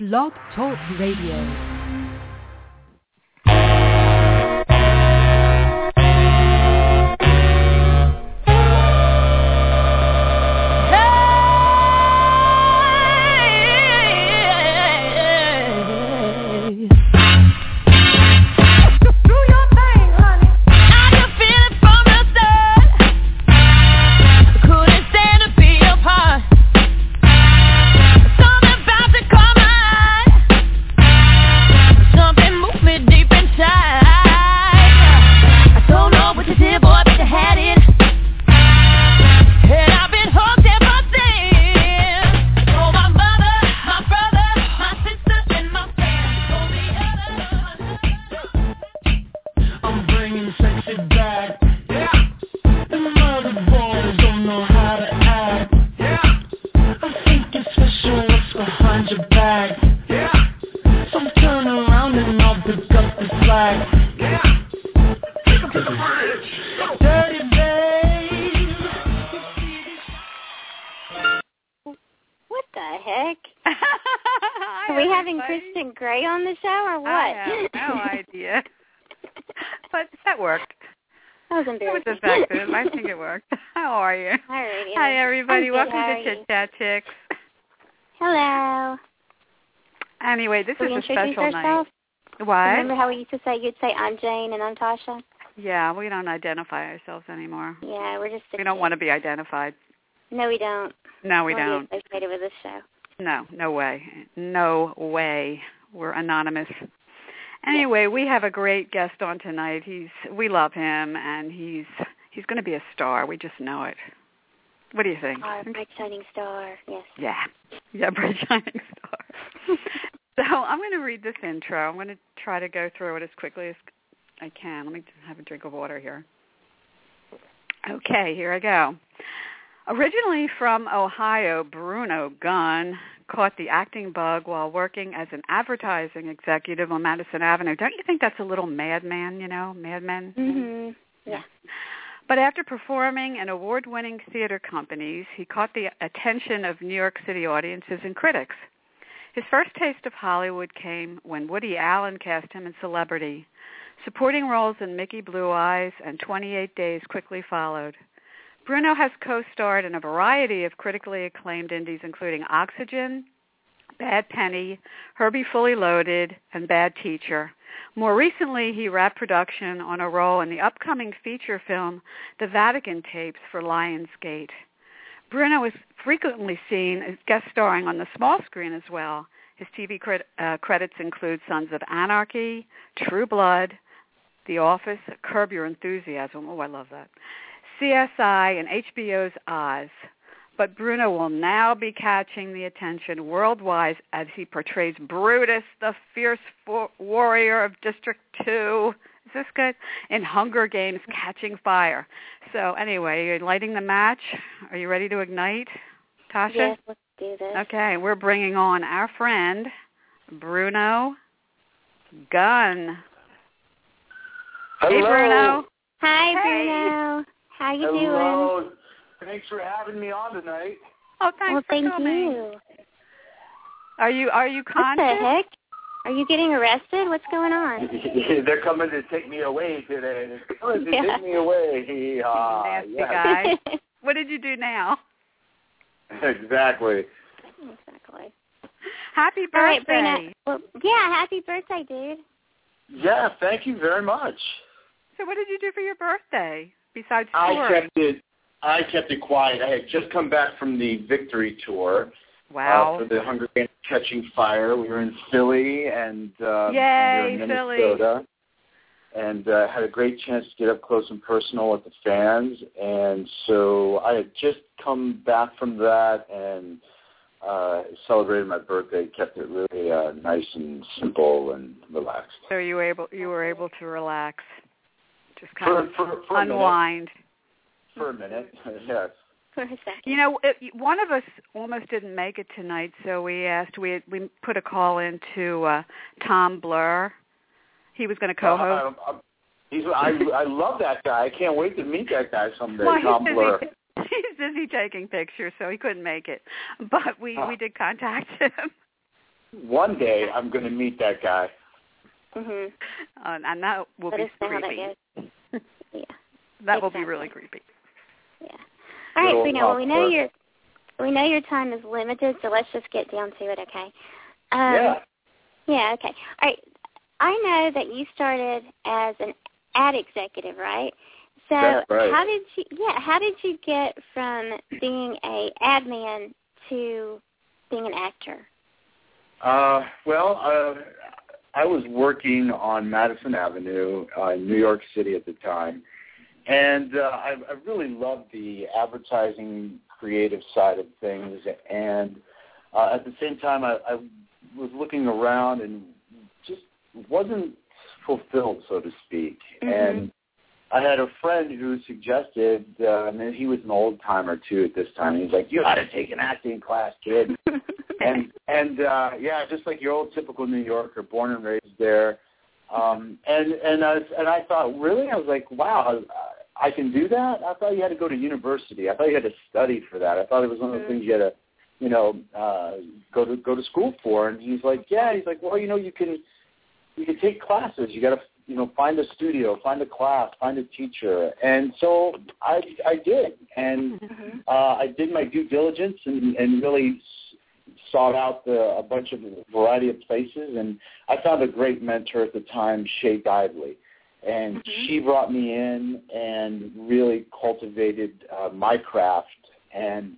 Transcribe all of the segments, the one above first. Blog Talk Radio. you'd say I'm Jane and I'm Tasha? Yeah, we don't identify ourselves anymore. Yeah, we're just. We don't kid. want to be identified. No, we don't. No, we We'll don't. Be associated with this show. No, no way. No way. We're anonymous. Anyway, we have a great guest on tonight. He's we love him and he's he's going to be a star. We just know it. What do you think? Our bright shining star. Yes. Yeah. Yeah, bright shining star. so I'm going to read this intro. I'm going to try to go through it as quickly as I can. Let me just have a drink of water here. Okay, here I go. Originally from Ohio, Bruno Gunn caught the acting bug while working as an advertising executive on Madison Avenue. Don't you think that's a little madman, you know, madman? Mhm. Yeah. But after performing in award-winning theater companies, he caught the attention of New York City audiences and critics. His first taste of Hollywood came when Woody Allen cast him in Celebrity. Supporting roles in Mickey Blue Eyes and 28 Days quickly followed. Bruno has co-starred in a variety of critically acclaimed indies including Oxygen, Bad Penny, Herbie Fully Loaded, and Bad Teacher. More recently, he wrapped production on a role in the upcoming feature film The Vatican Tapes for Lionsgate. Bruno is frequently seen as guest starring on the small screen as well. His TV cred- uh, credits include Sons of Anarchy, True Blood, The Office, Curb Your Enthusiasm. Oh, I love that. CSI and HBO's Oz. But Bruno will now be catching the attention worldwide as he portrays Brutus, the fierce for- warrior of District 2. Is this good? In Hunger Games, Catching Fire. So anyway, you're lighting the match. Are you ready to ignite, Tasha? Yes. Let's do this. Okay, we're bringing on our friend Bruno Gunn. Hello. Hey, Bruno. Hi, Hey. Bruno. How you doing? Hello. Thanks for having me on tonight. Oh, thanks well, for thank coming. you. Are you are you What conscious? the heck? Are you getting arrested? What's going on? They're coming to take me away today. They're coming to Yeah. take me away. Hee-haw. Nasty Yes. guy. Hi. What did you do now? exactly. exactly. Happy birthday. All right, Bruno. Well, yeah. Happy birthday, dude. Yeah, thank you very much. So what did you do for your birthday besides I uh, touring? kept it I kept it quiet. I had just come back from the victory tour wow. uh, for the Hunger Games Catching Fire. We were in Philly and uh Yay, near Philly. Minnesota. And uh, had a great chance to get up close and personal with the fans, and so I had just come back from that and uh, celebrated my birthday. Kept it really uh, nice and simple and relaxed. so you were able you were able to relax, just For kind for, of for a minute, unwind. for a minute, yes. For a second. You know, it, one of us almost didn't make it tonight, so we asked we we put a call in to uh, Tom Blur. He was going to Uh, co-host. I, I, he's, I, I love that guy. I can't wait to meet that guy someday. well, Tom he's Blur. busy, Uh-huh. he's busy taking pictures, so he couldn't make it. But we we did contact him. one day I'm going to meet that guy. Mhm. Uh, and that will Let be us know how that creepy. goes. yeah. That will be Exactly. really creepy. Yeah. All right, Little Brina. Well, we know awkward. your we know your time is limited, so let's just get down to it, okay? Um, yeah. Yeah. Okay. All right. I know that you started as an ad executive, right? So That's right. how did you? Yeah. How did you get from being a admin to being an actor? Uh, well, uh, I was working on Madison Avenue uh, in New York City at the time, and uh, I, I really loved the advertising creative side of things. And uh, at the same time, I, I was looking around and just wasn't fulfilled, so to speak. Mhm. And I had a friend who suggested, uh, and he was an old timer too at this time. He's like, "You ought to take an acting class, kid." and and uh yeah, just like your old typical New Yorker, born and raised there. Um and and I was, and I thought really I was like, wow, I, I can do that? I thought you had to go to university. I thought you had to study for that. I thought it was one of those things you had to, you know, uh go to go to school for and he's like, "Yeah." He's like, "Well, you know, you can you can take classes. You got to you know find a studio, find a class, find a teacher." And so I I did. And Mhm. uh, I did my due diligence and, and really s- sought out the, a bunch of a variety of places, and I found a great mentor at the time, Shay Guidley, and Mhm. she brought me in and really cultivated uh, my craft, and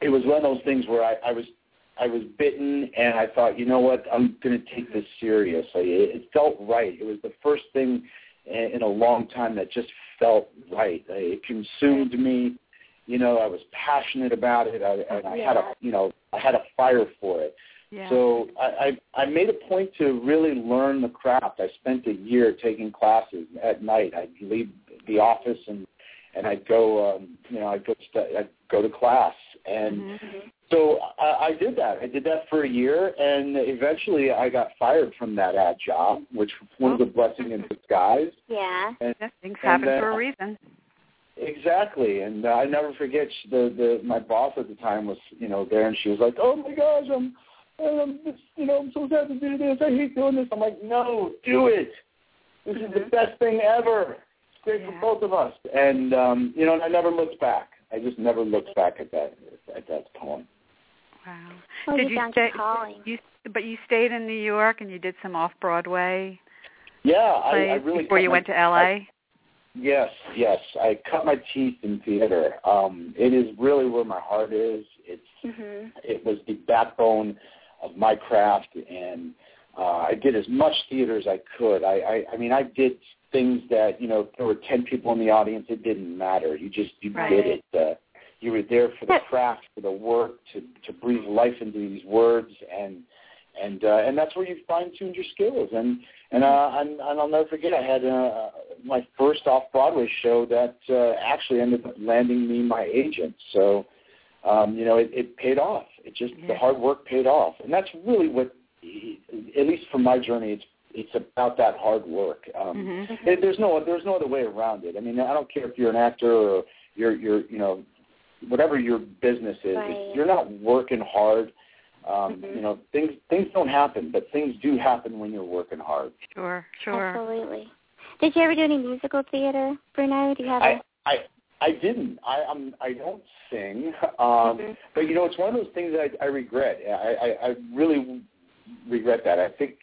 it was one of those things where I, I was. I was bitten, and I thought, you know what? I'm going to take this seriously. It, it felt right. It was the first thing in, in a long time that just felt right. It consumed me you know i was passionate about it I, and i had a Yeah. you know i had a fire for it Yeah. so I, I i made a point to really learn the craft i spent a year taking classes at night i'd leave the office and and i'd go um you know i'd go stu- i'd go to class and Mhm. Mhm. so I, I did that. I did that for a year, and eventually I got fired from that ad job, which was a blessing in disguise. Yeah. Yeah, Things And happen then- uh, for a reason. Exactly, and uh, I never forget she, the the my boss at the time was you know there, and she was like, "Oh my gosh, I'm, I'm just, you know I'm so sad to do this. I hate doing this." I'm like, "No, do it. This is the Mhm. best thing ever. It's great Mm-hmm. Yeah. for both of us." And um, you know, and I never looked back. I just never looked back at that at that point. Wow. Well, Did you you found stay- your calling. You but you stayed in New York and you did some off Broadway Yeah, I, I plays really before cut you my- went to LA. Yes, yes. I cut my teeth in theater. Um, it is really where my heart is. It's Mhm. it was the backbone of my craft and uh, I did as much theater as I could. I, I, I mean, I did things that, you know, if there were 10 people in the audience, it didn't matter. You just, you Right. did it. Uh, you were there for the But- craft, for the work, to, to breathe life into these words. And, and, uh, and that's where you fine-tuned your skills. And, and, uh, and, and I'll never forget, I had uh, my first off-Broadway show that uh, actually ended up landing me my agent. So um, you know, it, it paid off. It just Yeah. the hard work paid off, and that's really what, at least for my journey, it's it's about that hard work. Um, Mm-hmm. Mhm. it, there's no there's no other way around it. I mean, I don't care if you're an actor or you're you're you know whatever your business is. Right. If you're not working hard, um, Mhm. you know things things don't happen, but things do happen when you're working hard. Sure, sure. Absolutely. Did you ever do any musical theater, Bruno? Do you have I a? I I didn't. I um I don't sing. Um, Mhm. But you know, it's one of those things that I, I regret. I, I I really regret that. I think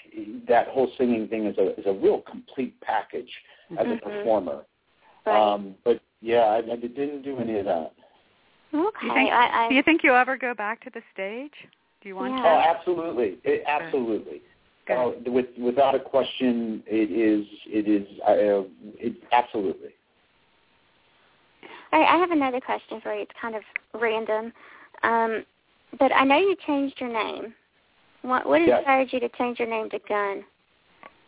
that whole singing thing is a is a real complete package as Mhm. a performer. Right. Um, but yeah, I, I didn't do any of that. okay. uh, you think- I, I, Do you think you'll ever go back to the stage? Do you want Yeah. Oh, to? absolutely, it, absolutely. Good. Uh, with, without a question, it is. It is. Uh, it absolutely. All right, I have another question for you. It's kind of random, um, but I know you changed your name. What, what Yes. inspired you to change your name to Gunn?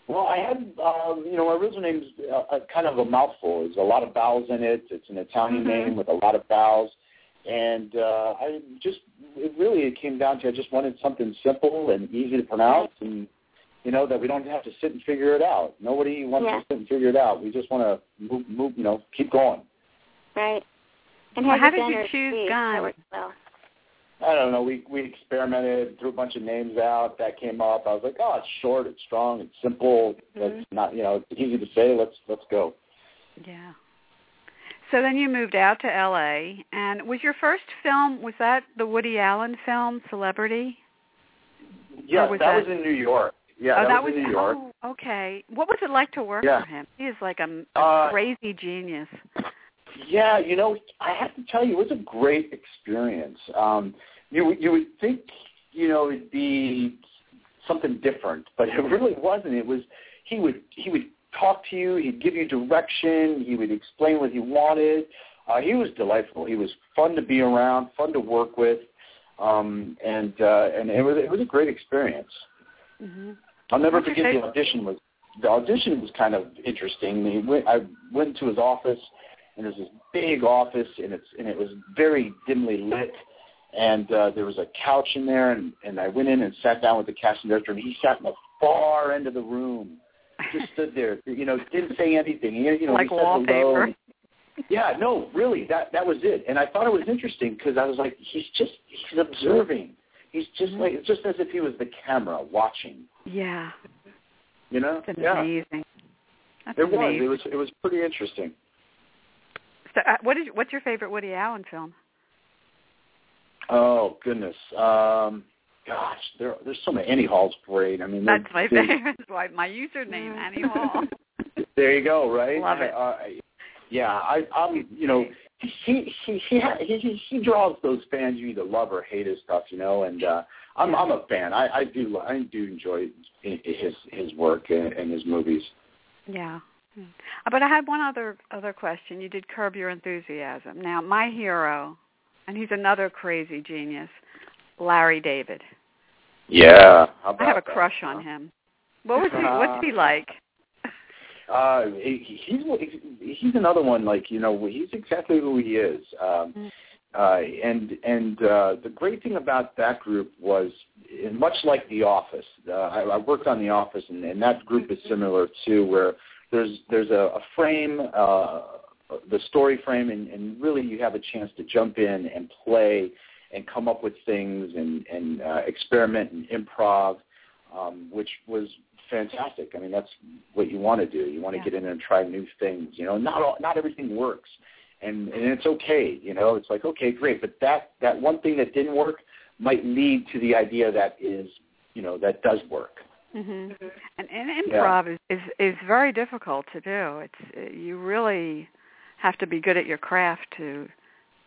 Well, I had, um, you know, my original name's uh, uh, kind of a mouthful. There's a lot of vowels in it. It's an Italian Mhm. name with a lot of vowels, and uh, I just, it really, it came down to I just wanted something simple and easy to pronounce, and you know that we don't have to sit and figure it out. Nobody wants Yeah. to sit and figure it out. We just want to move, move, you know, keep going. Right. And Well, has how a did gun you or a choose G, Gunn? That works well. I don't know. We we experimented, threw a bunch of names out that came up. I was like, oh, it's short, it's strong, it's simple. It's Mhm. not you know, it's easy to say. Let's let's go. Yeah. So then you moved out to LA and was your first film was that the Woody Allen film Celebrity? Yeah, was that, that- was in New York. Yeah, oh, that, was, in New York. Oh, okay. What was it like to work Yeah. for him? He is like a, m- a Uh, crazy genius. Yeah, you know, I have to tell you, it was a great experience. Um, you would- you would think you know it'd be something different, but it really wasn't. It was he would he would talk to you, he'd give you direction, he would explain what he wanted. Uh, he was delightful. He was fun to be around, fun to work with, um, and uh, and it was it was a great experience. hmm I'll never What's your forget the favorite- audition was the audition was kind of interesting. They went, I went to his office and there's this big office and it's and it was very dimly lit and uh, there was a couch in there and, and I went in and sat down with the casting director and he sat in the far end of the room. Just stood there, you know, didn't say anything. He, you know, he Like said hello wallpaper. and- yeah, no, really, that that was it. And I thought it was interesting because I was like, he's just he's observing. He's just Mm-hmm. like it's just as if he was the camera watching. yeah. You know, That's yeah. amazing. That's It was. amazing. It was. It was pretty interesting. So, uh, what is what's your favorite Woody Allen film? Oh goodness. Um, gosh, there there's so many. Annie Hall's great. I mean, That's they- my they- favorite. Why my username Yeah. Annie Hall. There you go. Right. Love it. I, I- yeah, I, I'm. You know, he he he ha- he- he he draws those fans you either love or hate his stuff. You know, and uh, I'm I'm a fan. I I do lo- I do enjoy i- his his work and, and his movies. Yeah. Mm. Uh, But I had one other other question. You did curb your enthusiasm. Now, my hero, and he's another crazy genius, Larry David. Yeah. I have a crush on him. What was he? What's he like? Uh, he, he's he's another one like you know he's exactly who he is. Um, uh, and and uh, the great thing about that group was and much like The Office. Uh, I, I worked on The Office, and, and that group is similar too, where there's there's a, a frame, uh, the story frame, and, and really you have a chance to jump in and play and come up with things and and uh, experiment and improv um, which was fantastic. I mean, that's what you want to do. You want to Yeah. get in there and try new things. You know, not all, not everything works, and and it's okay. You know, it's like okay, great, but that that one thing that didn't work might lead to the idea that is, you know, that does work. hmm Mhm. And, and improv is, is is very difficult to do. It's uh, you really have to be good at your craft to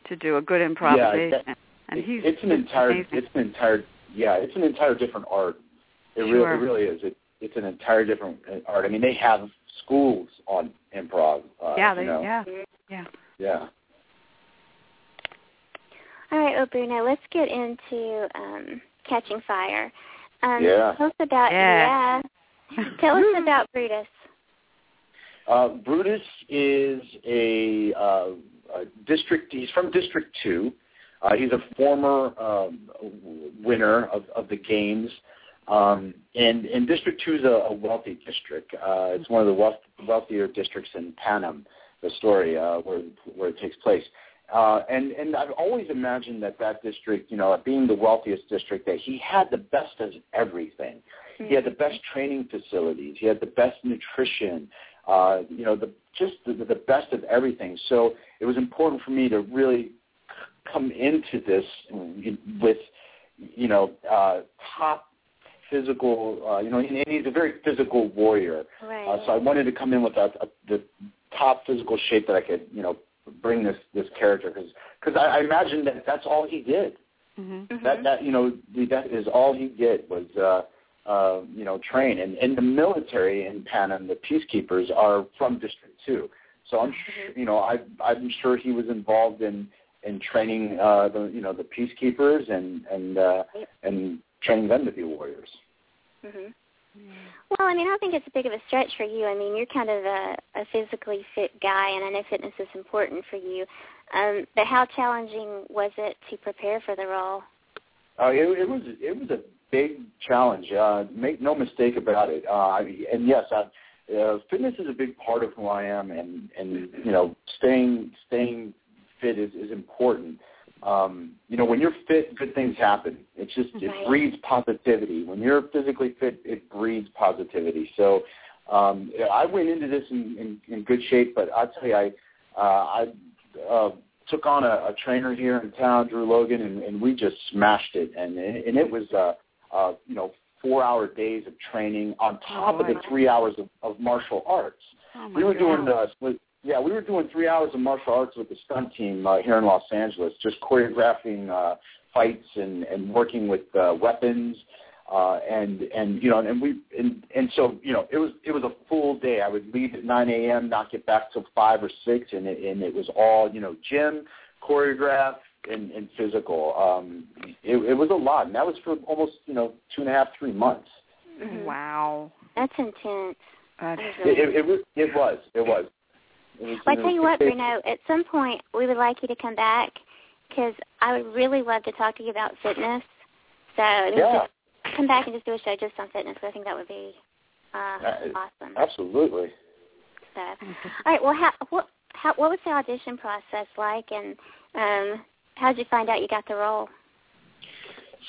to do a good improvisation. and It- he's it's an just entire amazing. it's an entire yeah it's an entire different art it really Sure. it really is it it's an entire different uh, art i mean they have schools on improv uh, yeah, you they, know. yeah, yeah All right, Obu, now let's get into um, Catching Fire. Um, Yeah. Hmm. Tell us about, Yeah. yeah. Mm-hmm. Tell us about Brutus. Uh, Brutus is a, uh, a district. He's from District Two. Uh, he's a former um, w- winner of, of the games, um, and and District Two is a, a wealthy district. Uh, it's one of the wealth, wealthier districts in Panem, the story uh, where where it takes place. Uh, and and I've always imagined that that district, you know, being the wealthiest district, that he had the best of everything. He had the best training facilities. He had the best nutrition. Uh, you know, the, just the, the best of everything. So it was important for me to really c- come into this with, you know, uh, top physical. Uh, you know, and and he's a very physical warrior. Right. Uh, so I wanted to come in with a, a, the top physical shape that I could, you know, bring this this character because because I, I imagine that that's all he did hmm Mm-hmm. that that you know that is all he did was uh uh you know train and and the military in Panem the peacekeepers are from district 2 so i'm sure, you know i i'm sure he was involved in in training uh the you know the peacekeepers and and uh and training them to be warriors hmm Well, I mean, I don't think it's a big of a stretch for you. I mean, you're kind of a, a physically fit guy, and I know fitness is important for you. Um, but how challenging was it to prepare for the role? Uh, it, it was it was a big challenge. Uh, make no mistake about it. Uh, I mean, and yes, I, uh, fitness is a big part of who I am, and and you know, staying staying fit is, is important. um, you know, when you're fit, good things happen. It's just Right. it breeds positivity. When you're physically fit, it breeds positivity. So um, I went into this in, in, in good shape, but I tell you, I uh, I uh, took on a, a trainer here in town, Drew Logan, and, and we just smashed it. And and it was uh, uh, you know four hour days of training on top of boy. the three hours of, of martial arts Oh my we were God. doing uh, split- yeah, we were doing three hours of martial arts with the stunt team uh, here in Los Angeles, just choreographing uh, fights and and working with uh, weapons, uh, and and you know, and we and and so you know, it was it was a full day. I would leave at 9 a.m., not get back till five or six, and it, and it was all you know, gym, choreograph, and, and physical. Um, it, it was a lot, and that was for almost you know two and a half, three months. Mhm. Wow. That's intense. That's, That is really It it, it, was, it was it was. It was- Well, it I tell was you what, big- Bruno, at some point we would like you to come back because I would really love to talk to you about fitness. So and Yeah, just come back and just do a show just on fitness. I think that would be uh, Uh, awesome. absolutely. So, all right. Well, how, what how, what was the audition process like, and um, how did you find out you got the role?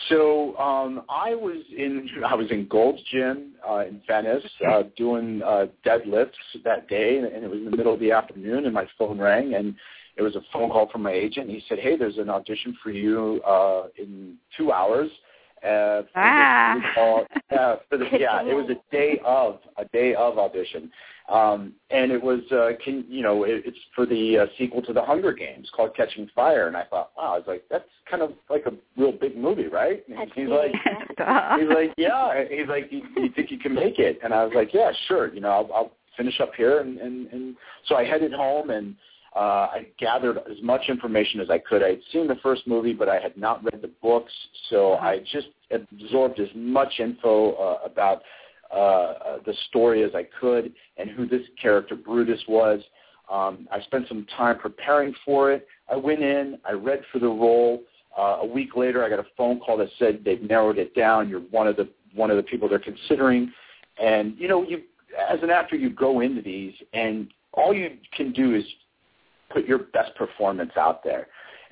So um, I was in I was in Gold's Gym uh, in Venice uh, doing uh, deadlifts that day, and it was in the middle of the afternoon, and my phone rang, and it was a phone call from my agent. He said, "Hey, there's an audition for you uh, in two hours." Uh, for this- Ah. this call- yeah, for the, Good yeah, it was a day of a day of audition, um, and it was uh, can, you know it, it's for the uh, sequel to The Hunger Games called Catching Fire, and I thought, wow, I was like, that's kind of like a real big movie, right? And That's big. he's like, Duh. he's like, yeah. He's like, you, you think you can make it? And I was like, yeah, sure. You know, I'll, I'll finish up here. And, and, and so I headed home and uh, I gathered as much information as I could. I had seen the first movie, but I had not read the books. So I just absorbed as much info uh, about uh, uh, the story as I could and who this character Brutus was. Um, I spent some time preparing for it. I went in, I read for the role. Uh, a week later, I got a phone call that said they've narrowed it down. You're one of the one of the people they're considering, and you know, you as an actor, you go into these, and all you can do is put your best performance out there,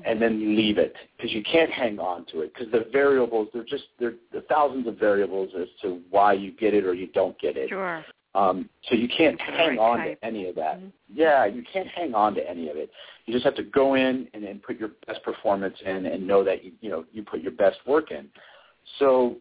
and then you leave it because you can't hang on to it because the variables they're just there are thousands of variables as to why you get it or you don't get it. Sure. Um, so you can't Kind of hang right on type. to any of that. Mhm. Yeah, you can't hang on to any of it. You just have to go in and, and put your best performance in, and know that you, you know you put your best work in. So,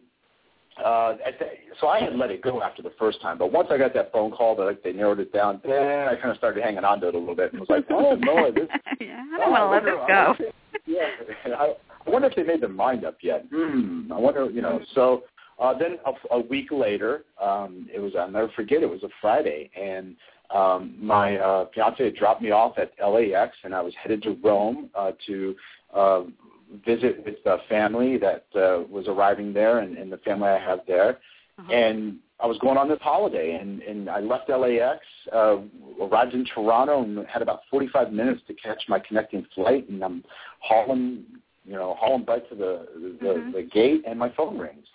uh, at the, so I had let it go after the first time, but once I got that phone call that like, they narrowed it down, then I kind of started hanging on to it a little bit and was like, oh no, this. yeah, I oh, don't want to wonder- let this I go. wonder if- yeah, I, I wonder if they made their mind up yet. Hmm, I wonder, you know. So uh, then a, a week later, um, it was I'll never forget. It was a Friday, and um, my uh, fiance had dropped me off at LAX, and I was headed to Rome uh, to uh, visit with the family that uh, was arriving there, and, and the family I have there. And I was going on this holiday, and, and I left LAX, uh, arrived in Toronto, and had about 45 minutes to catch my connecting flight, and I'm hauling, you know, hauling butt to the the, Mhm. the gate, and my phone rings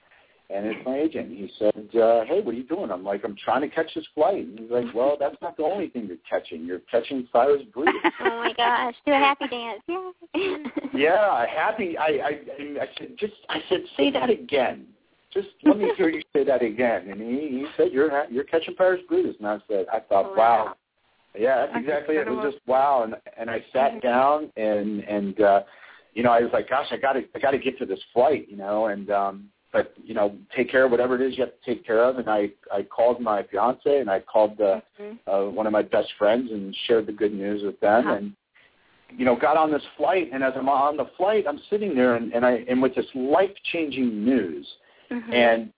and it's my agent. He said, uh, "Hey, what are you doing?" I'm like, "I'm trying to catch this flight." And he's like, "Well, that's not the only thing you're catching. You're catching Cyrus Brutus." Oh my gosh, do a happy dance! Yay! yeah, happy. I, I I said, just I said, say that again. Just let me hear you say that again. And he he said, "You're ha- you're catching Cyrus Brutus." And I said, I thought, wow. Yeah, that's That's exactly it. It was incredible. just wow, and and I sat down and and uh, you know I was like, gosh, I got to I got to get to this flight, you know, and um, but you know, take care of whatever it is you have to take care of, and I I called my fiance and I called the Mhm. uh, one of my best friends and shared the good news with them, Huh. and you know got on this flight, and as I'm on the flight, I'm sitting there and, and I and with this life changing news, Mhm. and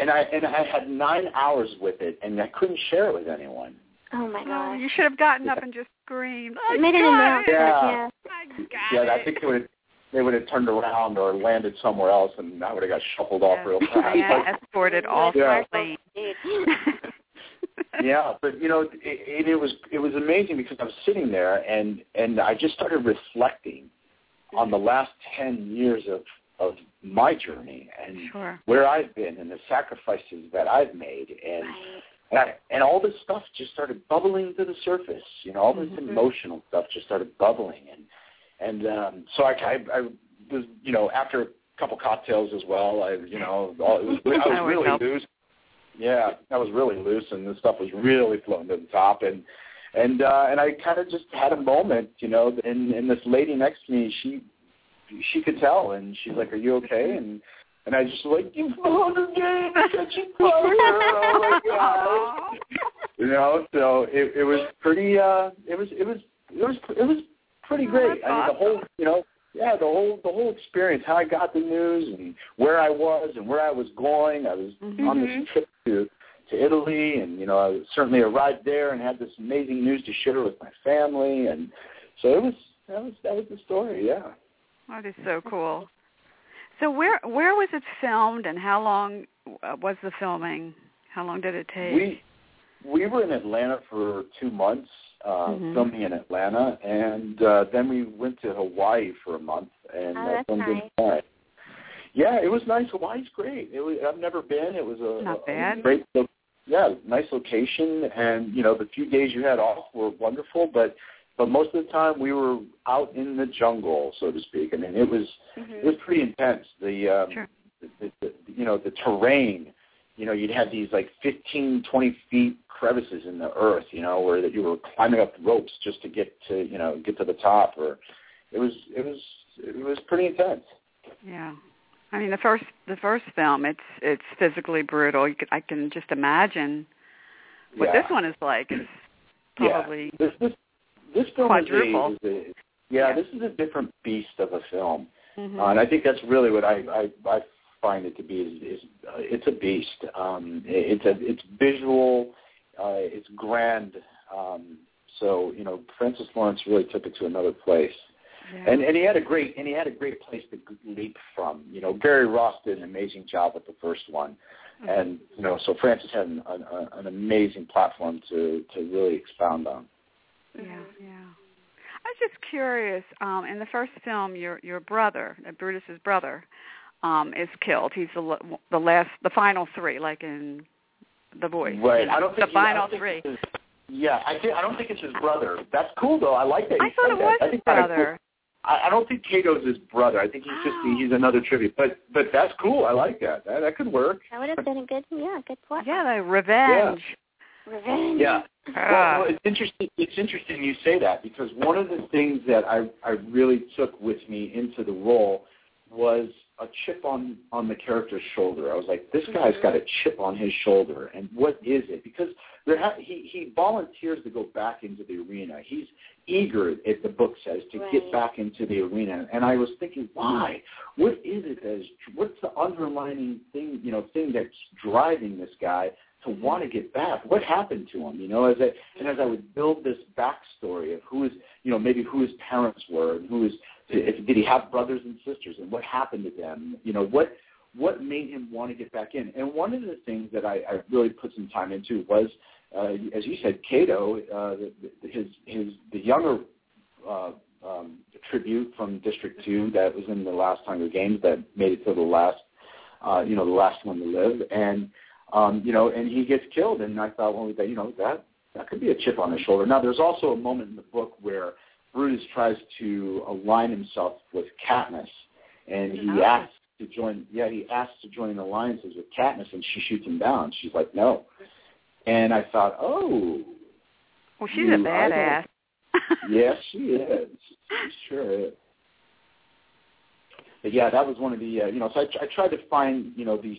and I and I had nine hours with it, and I couldn't share it with anyone. oh my Oh, gosh, you should have gotten up and just screamed. I made an got announcement. it. Yeah. yeah. I got yeah, I it. think they would they would have turned around or landed somewhere else, and I would have got shuffled off real fast. Yeah, But, escorted all Yeah. planes. Dude. yeah, but you know, it, it, it was it was amazing because I was sitting there and and I just started reflecting on Mm-hmm. the last ten years of of my journey and Sure. where I've been and the sacrifices that I've made and Right. and, I, and all this stuff just started bubbling to the surface. You know, all this Mhm. emotional stuff just started bubbling, and and um, so I, I, I was, you know, after a couple cocktails as well. I, you know, all, it was, I That was always really helps. loose. Yeah, I was really loose, and the stuff was really floating to the top, and and uh, and I kind of just had a moment, you know. And and this lady next to me, she she could tell, and she's like, "Are you Mm-hmm. okay?" And and I just like, "You floated me, catching fire!" Oh my god! you know so it it was pretty uh it was it was it was it was pretty Oh, great that's i mean the whole you know yeah the whole the whole experience how i got the news and where i was and where i was going i was Mm-hmm. on this trip to to italy and you know i certainly arrived there and had this amazing news to share with my family and so it was that was that was the story yeah That is so cool. So where where was it filmed, and how long uh, was the filming? How long did it take? we we were in Atlanta for two months, uh, Mm-hmm. Mhm. filming in Atlanta, and uh, then we went to Hawaii for a month and Oh, uh, that's filmed nice. in Hawaii. Yeah, it was nice. Hawaii's great. It was, I've never been. It was a, Not a bad. great, lo- yeah, nice location, and you know the few days you had off were wonderful, but but most of the time we were out in the jungle, so to speak. I mean, it was it hmm was pretty intense. The um, Sure. the, the, the you know the terrain. You know, you'd have these like 15, 20 feet crevices in the earth. You know, where that you were climbing up ropes just to get to you know get to the top. Or it was it was it was pretty intense. Yeah. I mean the first the first film it's it's physically brutal. You could, I can just imagine what yeah. this one is like. It's Yeah. probably This this this film is a, Quadruple. is a yeah, Yeah. This is a different beast of a film. Mhm. Uh, and I think that's really what I I, I find it to be is, is uh, it's a beast. Um, it, it's a it's visual, uh, it's grand. Um, so you know, Francis Lawrence really took it to another place, yeah. and and he had a great and he had a great place to g- leap from. You know, Gary Ross did an amazing job with the first one, and you know, so Francis had an, an, an amazing platform to to really expound on. Mm-hmm. Yeah, yeah. I was just curious. Um, in the first film, your your brother, uh, Brutus's brother, um, is killed. He's the l- the last, the final three, like in The Voice. Right. I don't the think he- I final don't think three. it's his- yeah, I, thi- I don't think it's his brother. That's cool though. I like that. I he thought said it that. was That's his kinda cool. brother. I, I don't think Cato's his brother. I think he's just Oh. he's another tribute. But but that's cool. I like that. That that could work. That would have been a good, yeah, good plot. Yeah, the revenge. Revenge. Yeah. Ah. Well, well, it's interesting. It's interesting you say that because one of the things that I I really took with me into the role was a chip on on the character's shoulder. I was like, this guy's got a Mm-hmm. chip on his shoulder, and what is it? Because there ha- he he volunteers to go back into the arena. He's eager, as the book says, to get Right. back into the arena. And I was thinking, why? What is it that is? What's the underlining thing? You know, thing that's driving this guy to want to get back. What happened to him? You know, as I and as I would build this backstory of who is, you know, maybe who his parents were and who is, if, did he have brothers and sisters and what happened to them? You know, what what made him want to get back in? And one of the things that I, I really put some time into was, uh, as you said, Cato, uh, the, the, his his the younger uh, um, tribute from District Two that was in the last Hunger Games that made it to the last, uh, you know, the last one to live, and um, you know, and he gets killed. And I thought, well, that, you know, that that could be a chip on his shoulder. Now, there's also a moment in the book where Brutus tries to align himself with Katniss, and he Oh. asks to join. Yeah, he asks to join alliances with Katniss, and she shoots him down. She's like, no. And I thought, oh, Well, she's You- a Mm, I don't- badass. yes, she is. She sure is. But yeah, that was one of the uh, you know. So I, tr- I tried to find you know these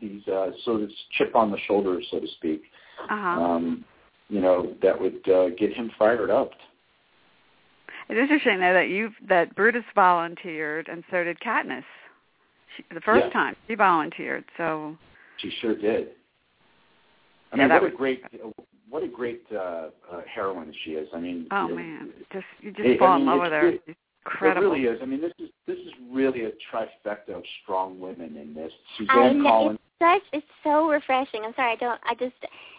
these uh, sort of chip on the shoulder, so to speak. Uh-huh. Um, you know that would uh, get him fired up. It's interesting though that you that Brutus volunteered, and so did Katniss. She, the first Yeah. time she volunteered, so She sure did. I Yeah, mean, that what a was- great what a great uh, uh, heroine she is. I mean, oh you know, man, just you just It- I fall in mean, love it's with her. good. She's incredible. It really is. I mean, this is this is really a trifecta of strong women in this. I Suzanne know, Collins. it's such it's so refreshing. I'm sorry, I don't I just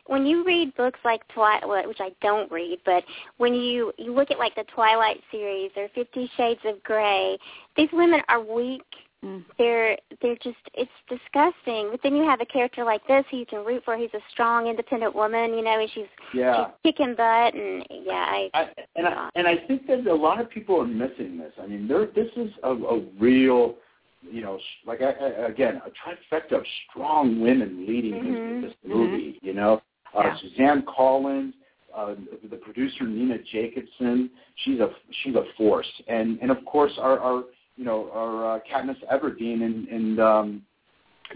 when you read books like Twilight, which I don't read, but when you you look at like the Twilight series or Fifty Shades of Grey, these women are weak uh, Mm. They're they're just it's disgusting. But then you have a character like this who you can root for. Who's a strong, independent woman, you know, and she's Yeah. she's kicking butt, and yeah, I, I, and I and I think that a lot of people are missing this. I mean, there this is a, a real, you know, sh- like I, I, again a trifecta of strong women leading Mhm. in this movie. You know, uh, Yeah. Suzanne Collins, uh, the producer Nina Jacobson. She's a she's a force, and and of course our our you know our uh, Katniss Everdeen and and um,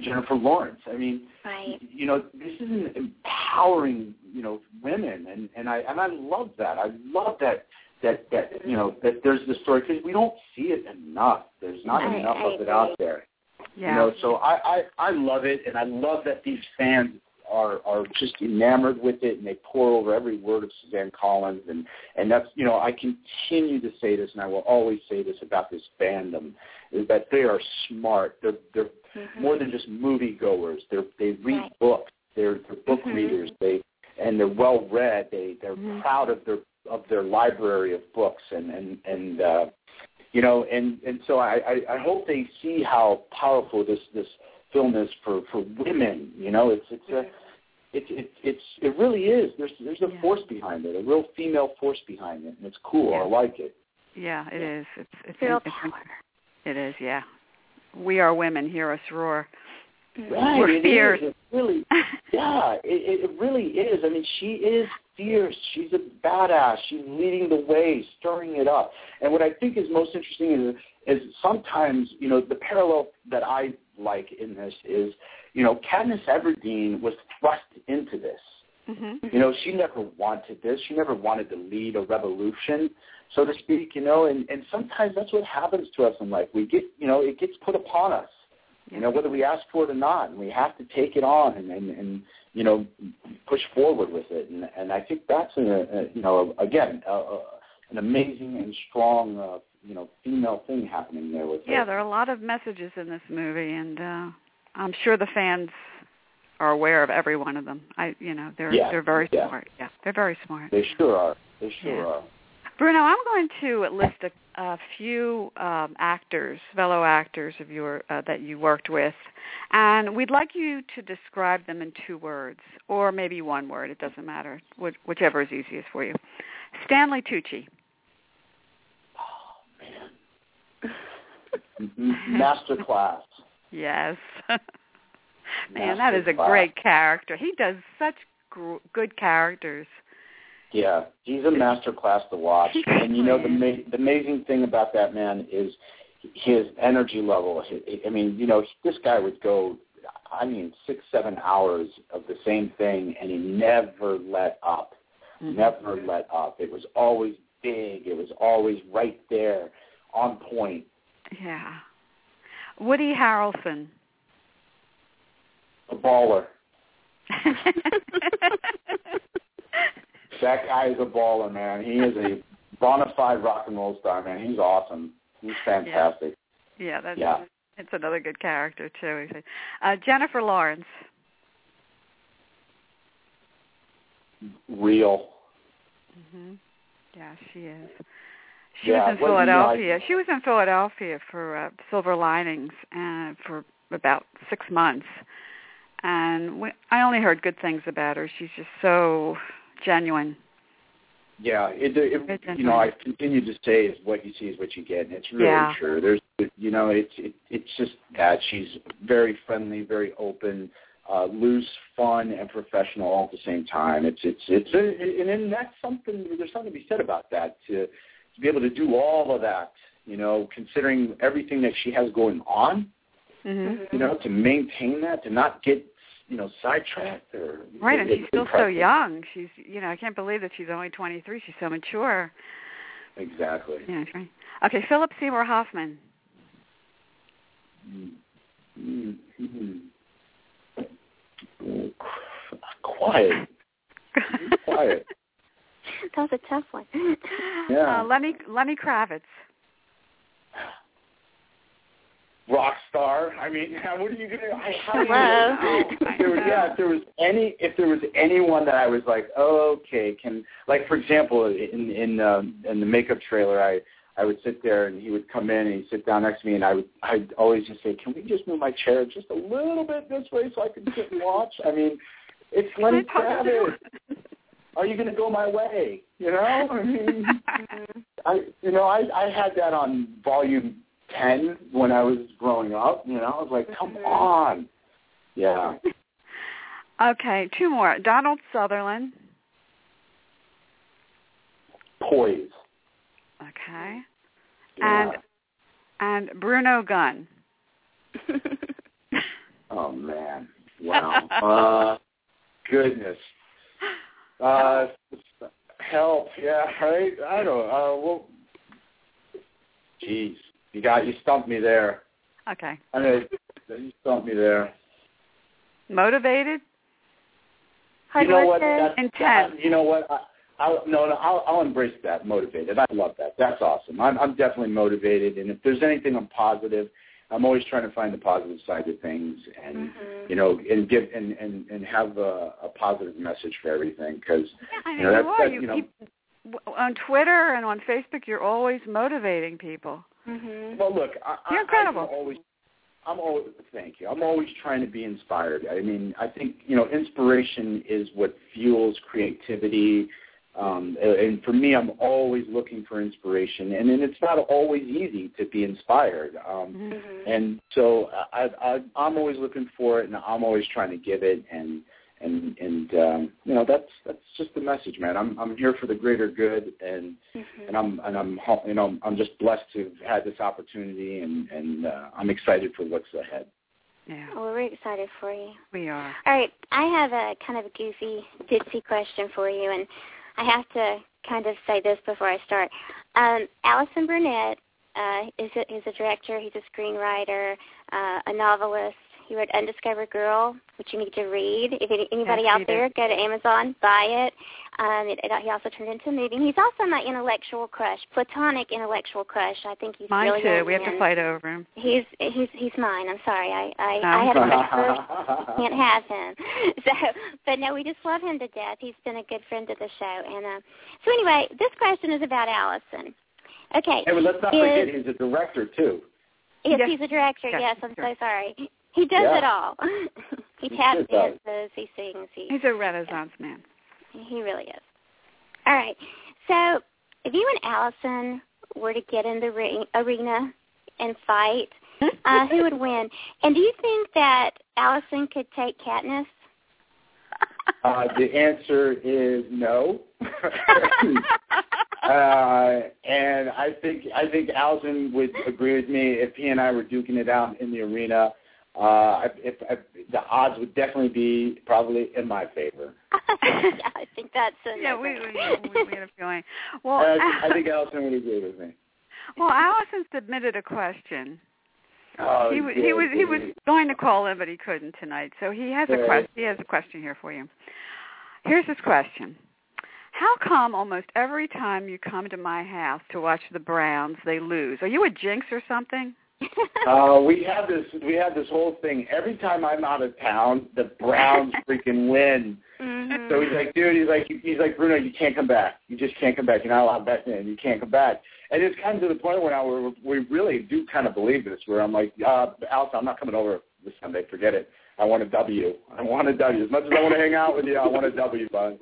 Jennifer Lawrence. I mean, right. you know, this is an empowering, you know, women, and and I and I love that. I love that that that you know that there's this story because we don't see it enough. There's not I- enough I of it agree. out there. Yeah. You know, so I, I I love it, and I love that these fans are are just enamored with it, and they pour over every word of Suzanne Collins, and and that's you know I continue to say this, and I will always say this about this fandom is that they are smart. They're they're Mhm. more than just moviegoers. They're they read Right. books. They're they're book Mhm. readers. They and they're well read. They they're Mhm. proud of their of their library of books and and and uh, you know and and so I, I I hope they see how powerful this this film is for for women. You know it's it's a it's it, it's it really is. There's there's a Yeah. force behind it, a real female force behind it, and it's cool. Yeah. I like it. Yeah, it is. It's it's, Real it's power. it is, yeah. We are women, hear us roar. Mhm. Right, We're it is. fierce. It's really Yeah, it- it, it really is. I mean, she is fierce. She's a badass. She's leading the way, stirring it up. And what I think is most interesting is, is sometimes, you know, the parallel that I like in this is, you know, Katniss Everdeen was thrust into this. mhm. You know, she never wanted this. She never wanted to lead a revolution, so to speak, you know, and, and sometimes that's what happens to us in life. We get, you know, it gets put upon us you know, whether we ask for it or not, and we have to take it on and, and, and you know, push forward with it. And, and I think that's, a, a, you know, again, a, a, an amazing and strong, uh, you know, female thing happening there with Yeah, her. there are a lot of messages in this movie and uh I'm sure the fans are aware of every one of them. I you know, they're Yeah, they're very yeah. smart. Yeah. They're very smart. They sure are. They sure Yeah. are. Bruno, I'm going to list a, a few um, actors, fellow actors of your uh, that you worked with, and we'd like you to describe them in two words, or maybe one word. It doesn't matter, which, whichever is easiest for you. Stanley Tucci, Master class. yes, man, that is a great character. He does such gr- good characters. Yeah, he's a master class to watch. He And you know the is. ma- the amazing thing about that man is his energy level. Hi- I mean, you know, this guy would go, I mean, six seven hours of the same thing, and he never let up. Never let up. It was always big. It was always right there, on point. Yeah, Woody Harrelson. A baller. That guy is a baller, man. He is a bona fide rock and roll star, man. He's awesome. He's fantastic. yeah, that's Yeah. It's another good character too. Uh, Jennifer Lawrence. Real. hmm Yeah, she is. She Yeah, was in what do you like? Philadelphia. She was in Philadelphia for uh, Silver Linings uh, for about six months, and we, I only heard good things about her. She's just so genuine. Yeah, it, it It's you know I continue to say is what you see is what you get, and it's really Yeah. true. There's you know it's it, it's just that she's very friendly, very open, uh, loose, fun, and professional all at the same time. It's it's it's a, and then that's something there's something to be said about that to to be able to do all of that. You know, considering everything that she has going on, hmm you know, to maintain that, to not get you know sidetracked or Right, and it- she's it's still so impressive. young. She's, you know, I can't believe that she's only 23. She's so mature. Exactly. You know, it's right. Okay, Philip Seymour Hoffman. Hmm. Hmm. Quiet, quiet. That was a tough one. Yeah. Uh, Lenny Lenny Kravitz. Rock star. I mean, what are you gonna? I, how do you- Hello. If there was, yeah, if there was any, if there was anyone that I was like, oh, okay, can like for example, in in um in the makeup trailer, I I would sit there and he would come in and he'd sit down next to me and I would I'd always just say, Can we just move my chair just a little bit this way so I can sit and watch? I mean, it's Lenny Kravitz. Are you gonna go my way? You know? I mean I you know, I, I had that on volume ten when I was growing up, you know, I was like, Come on. Yeah. Okay, two more. Donald Sutherland. Poise. Okay. Yeah. And and Bruno Gunn. oh man. Wow. uh goodness. Uh help, yeah, right? I don't uh well Jeez. You got you stumped me there. Okay. I mean you stumped me there. Motivated? you know what? Hardworking? That's, Intense. that- you know what? I, I, no, no, I'll, I'll embrace that. Motivated. I love that. That's awesome. I'm, I'm definitely motivated, and if there's anything I'm positive, I'm always trying to find the positive side of things, and Mhm. you know, and give and and and have a, a positive message for everything because Yeah, I mean, You know, you that's- are. that- You, you know- keep- w- on Twitter and on Facebook, you're always motivating people. Mhm. Well, look, I, Mm-hmm. You're I, incredible. I'm always, I'm always, thank you. I'm always trying to be inspired. I mean, I think you know, inspiration is what fuels creativity. Um, and- and for me, I'm always looking for inspiration, and, and it's not always easy to be inspired. Um, Mhm. Mhm. and so I, I, I'm always looking for it, and I'm always trying to give it, and and and um, you know, that's that's just the message, man. I'm I'm here for the greater good, and Mhm. and I'm and I'm hu- you know I'm- I'm just blessed to have had this opportunity and and uh, I'm excited for what's ahead. Yeah, Well, we're excited for you. we are. All right, I have a kind of a goofy, ditzy question for you, and I have to kind of say this before I start. Um, Allison Burnett uh, is a, is a director. He's a screenwriter, uh, a novelist. He wrote Undiscovered Girl, which you need to read. If any, anybody Yes, out read there, it. go to Amazon, buy it. Um, it, it. He also turned into a movie. And he's also my intellectual crush, platonic intellectual crush. I think he's Mine brilliant. too. We have to and fight over him. He's he's he's mine. I'm sorry. I I, No. I had a crush for can't have him. So, but no, we just love him to death. He's been a good friend of the show. And uh, so anyway, this question is about Allison. Okay. Hey, but let's not is- forget he's a director too. Yes, Yes. he's a director. Yes, Yes, I'm sure. so sorry. He does Yeah. it all. he He tap sure does. dances. He sings. He He's a Renaissance man. he really is. All right. So if you and Allison were to get in the ring, arena and fight, uh, who would win? And do you think that Allison could take Katniss? Uh, the answer is no. uh, and I think I think Allison would agree with me if he and I were duking it out in the arena. Uh, if, if the odds would definitely be probably in my favor. yeah, I think that's a yeah, we we, we, we no-brainer. had a feeling. Well, And I, I think Allison would agree with me. well, Allison submitted a question. Oh, he was he was he was goodness. going to call in, but he couldn't tonight. So he has a Right. question. He has a question here for you. Here's his question: How come almost every time you come to my house to watch the Browns, they lose? Are you a jinx or something? Uh, we have this we have this whole thing. Every time I'm out of town, the Browns freaking win. Mm-hmm. Mhm. So he's like, dude, he's like, he's like, Bruno, you can't come back. You just can't come back. You're not allowed back in. You can't come back. And it's kind of to the point where now we're, we really do kind of believe this, where I'm like, uh, Alice, I'm not coming over this Sunday. Forget it. I want a W. I want a W. As much as I want to hang out with you, I want a W, bud.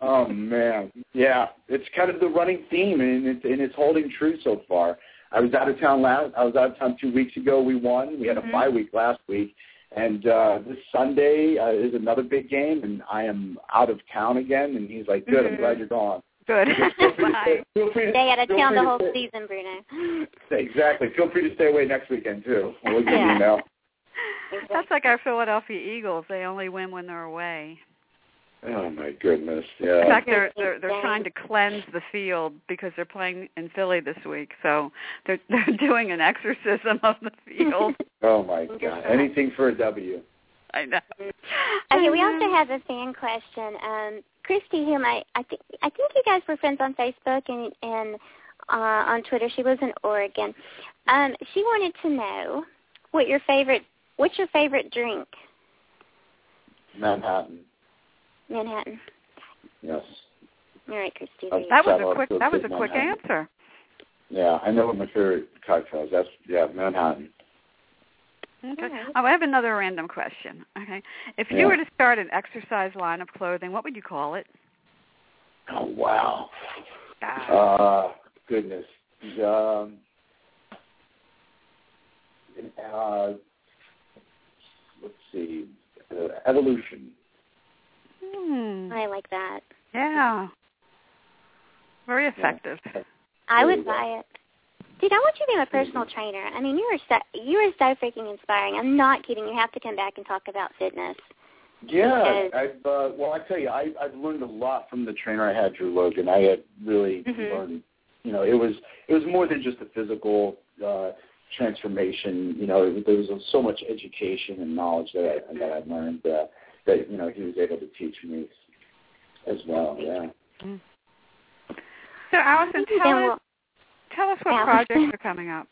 Oh man, yeah, it's kind of the running theme, and it's and it's holding true so far. I was out of town last. I was out of town two weeks ago. We won. We had a bye week last week, and uh, this Sunday uh, is another big game, and I am out of town again. And he's like, "Good, I'm glad you're gone." Good. Feel free to Bye. stay, feel free to, Mm-hmm. Stay out of feel town free the to whole stay- season, Bruno. Exactly. Feel free to stay away next weekend too. We'll get Yeah. an email. That's like our Philadelphia Eagles. They only win when they're away. Oh my goodness. In Yeah. fact, they're they're, they're trying to cleanse the field because they're playing in Philly this week. So they're they're doing an exorcism of the field. Oh my God. Anything for a W. I know. Okay, we also Mm-hmm. have a fan question. Um, Christy, whom I I think I think you guys were friends on Facebook and and uh, on Twitter. She lives in Oregon. Um, she wanted to know what your favorite what's your favorite drink, Manhattan. Manhattan. Yes. All right, Christy. there you That was Shout a out quick to that was a Big quick Manhattan. answer. Yeah, I know what my favorite cocktail is. That's yeah, Manhattan. Okay. Oh, I have another random question. Okay. If you Yeah. were to start an exercise line of clothing, what would you call it? Oh wow. Ah, Uh, goodness. Um, uh, let's see. Uh, evolution. hmm. I like that. Yeah. Very effective. I There would you go. buy it. Dude, I want you to be my personal trainer. I mean, you are so you are so freaking inspiring. I'm not kidding. You have to come back and talk about fitness. Yeah, Okay. I've uh, well, I tell you, I, I've learned a lot from the trainer I had, Drew Logan. I had really Mhm. learned, you know, it was it was more than just a physical uh, transformation. You know, there was so much education and knowledge that I, that I learned uh, that you know he was able to teach me as well. Yeah. So, Allison, You tell know, us, tell us what Allison. projects are coming up.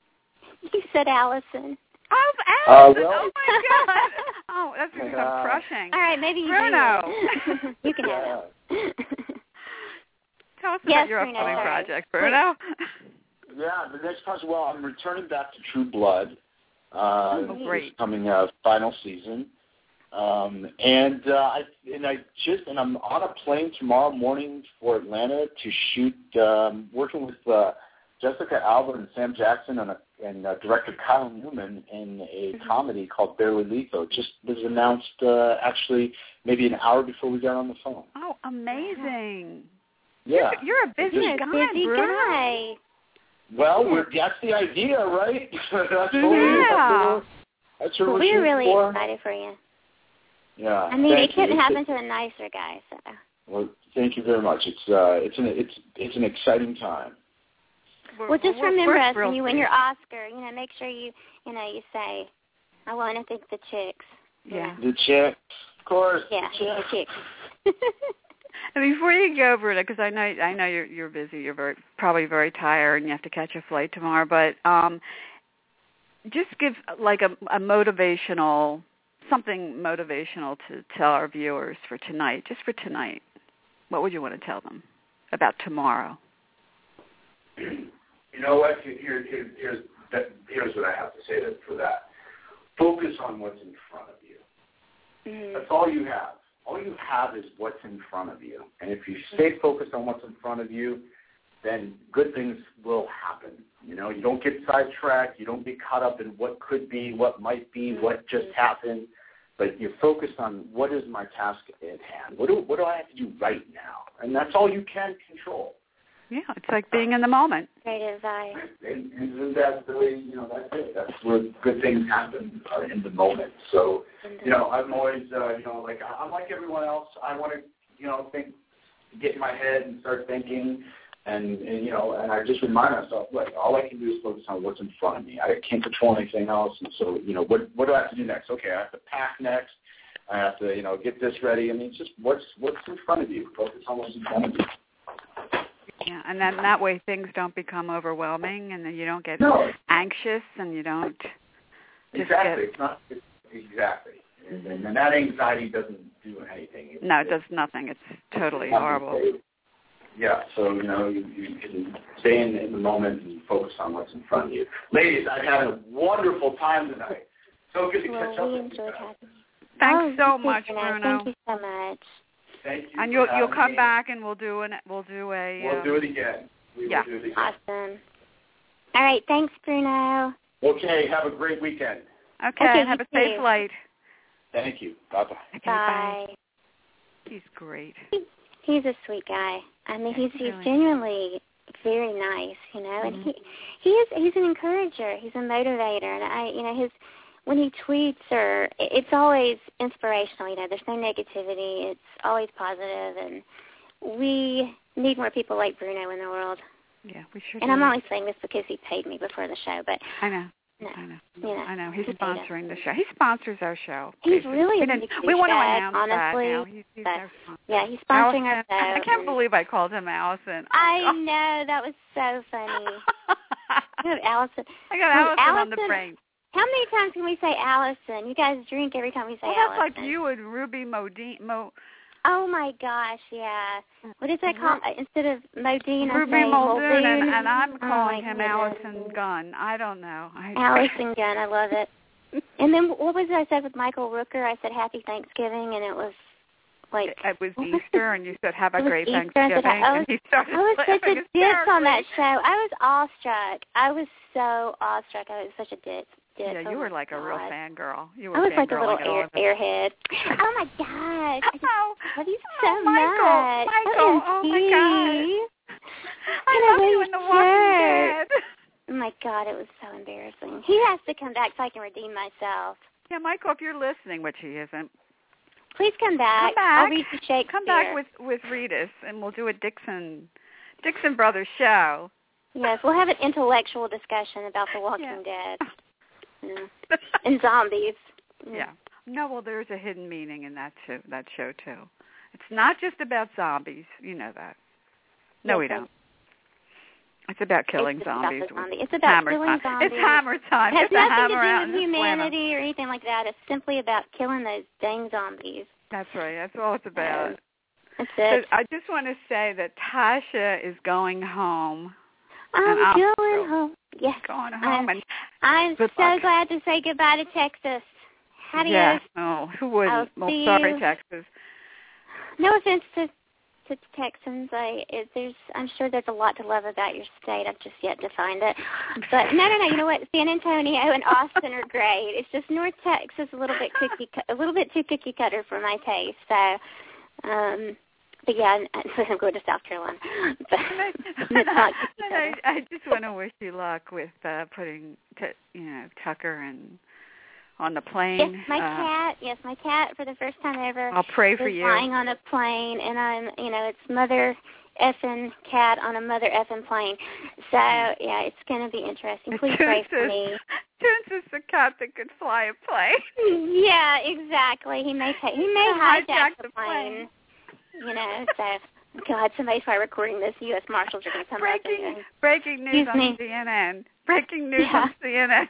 you said Allison. Oh, Uh, Allison! well- oh my God! Oh, that's going to Yeah. come crushing. All right, maybe you do. Bruno. you can have Yeah. it. Tell us Yes, about your Bruno, upcoming sorry. project, Bruno. Yeah, the next project. Well, I'm returning back to True Blood. Uh, Oh, this great. coming uh, final season, um, and uh, I and I just and I'm on a plane tomorrow morning for Atlanta to shoot. Um, working with uh, Jessica Alba and Sam Jackson and, a, and uh, director Kyle Newman in a Mm-hmm. comedy called Barely Lethal. It Just was announced uh, actually maybe an hour before we got on the phone. Oh, amazing. Yeah, You're a busy You're a guy, busy Bruno. guy. Well, we're, that's the idea, right? that's what we- Yeah. That's what Well, we're we're shooting really for. excited for you. Yeah. I mean, thank it couldn't you. happen to a nicer guy. So Well, thank you very much. It's uh, it's an it's it's an exciting time. We're- well, just we're- remember we're us when thrilled you for win your Oscar. You know, make sure you you know you say, "I want to thank the chicks." Yeah. The chick, of course. Yeah, The chick. the chicks. And Before you go, Bruno, because I know I know you're you're busy. You're very probably very tired, and you have to catch a flight tomorrow. But um, just give like a, a motivational something motivational to tell our viewers for tonight. Just for tonight, what would you want to tell them about tomorrow? You know what? Here, here, here- here's that, here's what I have to say that, for that. Focus on what's in front of you. Mm-hmm. Mm-hmm. That's all you have. All you have is what's in front of you. And if you stay focused on what's in front of you, then good things will happen. You know, you don't get sidetracked. You don't get caught up in what could be, what might be, what just happened. But you focus on what is my task at hand. What do, what do I have to do right now? And that's all you can control. Yeah, it's like being in the moment. Great advice. And, and that's the way, you know, that's it. That's where good things happen are in the moment. So you know, I'm always, uh, you know, like I- I'm like everyone else. I want to, you know, think, get in my head and start thinking, and, and you know, and I just remind myself, look, all I can do is focus on what's in front of me. I can't control anything else, and so, you know, what what do I have to do next? Okay, I have to pack next. I have to, you know, get this ready. I mean, it's just what's what's in front of you. Focus on what's in front of you. Yeah, and then that way things don't become overwhelming, and then you don't get No, anxious, and you don't. Just exactly. get- It's not it's, exactly, and, and, and that anxiety doesn't do anything. No, it does nothing. It's totally Um, horrible. Yeah, so you know, you, you can stay in, in the moment and focus on what's in front of you. Ladies, I've had a wonderful time tonight. So good to catch Well, we up with you. enjoyed guys. having you. Thanks Oh, you so too, much, Renee. Bruno. Thank you so much. Thank you. And you'll for you'll having come me. back and we'll do an we'll do a We'll uh, do it again. We Yeah. will do it again. Awesome. All right, thanks, Bruno. Okay, have a great weekend. okay, Okay, have you a safe too. flight. Thank you. Bye bye. Okay, Bye. He's great. He's a sweet guy. I mean, he's he's Really. genuinely very nice, you know, Mm-hmm. and he he is he's an encourager. He's a motivator, and I, you know, his when he tweets or it- it's always inspirational. You know, there's no negativity. It's always positive, and we need more people like Bruno in the world. Yeah, we sure And do. I'm only saying this because he paid me before the show, but I know. no, I know. you know, I know. He's he paid us. sponsoring the show. He sponsors our show. He's basically. really we a didn't- big we want to douchebag, announce honestly, that now. He's, he's but our sponsor. Yeah, he's Allison, sponsoring our show. I and- can't believe I called him Allison. Oh, I know that was so funny. You know, Allison. I got Allison, on the Allison- brain. How many times can we say Allison? You guys drink every time we say Well, that's Allison. like you and Ruby Modine, Mo, Oh my gosh, yeah. What is that called? Uh, Instead of Modine, I'm Ruby saying Muldoon, and, Muldoon. and I'm Oh, calling my him goodness. Allison Gunn. I don't know. I, Allison Gunn, I love it. And then what was it I said with Michael Rooker? I said Happy Thanksgiving, and it was like It was Easter, and you said, "Have It a was great Easter, and I Thanksgiving," said, I and he started I was such a laughing ditz on that hysterically. show. I was awestruck. I was so awestruck. I was such a ditz. ditz. Yeah, Oh you were my like a real God. fangirl. You were I was like a little fangirling at all air, of it. airhead. Oh my gosh! I just Oh, love you oh, so much. Michael, Michael, oh my God. OMG. I Get love away, you in The Walking jerk. Dead. Oh my God, it was so embarrassing. He has to come back so I can redeem myself. Yeah, Michael, if you're listening, which he isn't, Please come back. Come back. I'll read you Shakespeare. come back with with Redis, and we'll do a Dixon Dixon Brothers show. Yes, we'll have an intellectual discussion about The Walking Dead yeah. and zombies. Mm. yeah. Mm. No, well, there's a hidden meaning in that too. That show too. It's not just about zombies. You know that. No, Yes, we I- don't. It's about killing it's About zombies. with the zombie. It's about hammer killing time. zombies. It's hammer time. It has Get the nothing hammer out to and do with just slam 'em. humanity or anything like that. It's simply about killing those dang zombies. That's right. That's all it's about. That's So it. I just want to say that Tasha is going home. I'm and I'm going thrilled. home. Yes. Going home and I'm so Good luck. glad to say goodbye to Texas. Adios. yeah. Oh, who wouldn't? I'll well, see sorry, you. Texas. No offense to to Texans, I it, there's I'm sure there's a lot to love about your state. I've just yet to find it. But no, no, no. You know what? San Antonio and Austin are great. It's just North Texas a little bit cookie cut- a little bit too cookie cutter for my taste. So, um, but yeah, I'm, I'm going to South Carolina. But And it's I, not cookie and cutter. I, I just want to wish you luck with uh, putting, t- you know, Tucker and on the Yes, plane. my Uh, cat. Yes, my cat. For the first time ever, I'll pray for is you. flying on a plane, and I'm, you know, it's mother effing cat on a mother effing plane. So Hmm. yeah, it's going to be interesting. Please pray for me. Tunes is the cat that could fly a plane. Yeah, exactly. He may take, he may Hijack hijack the the plane. You know, so God, somebody try recording this. U.S. Marshals are going to come up breaking and breaking Excuse news on me. CNN. Breaking news Yeah. on CNN.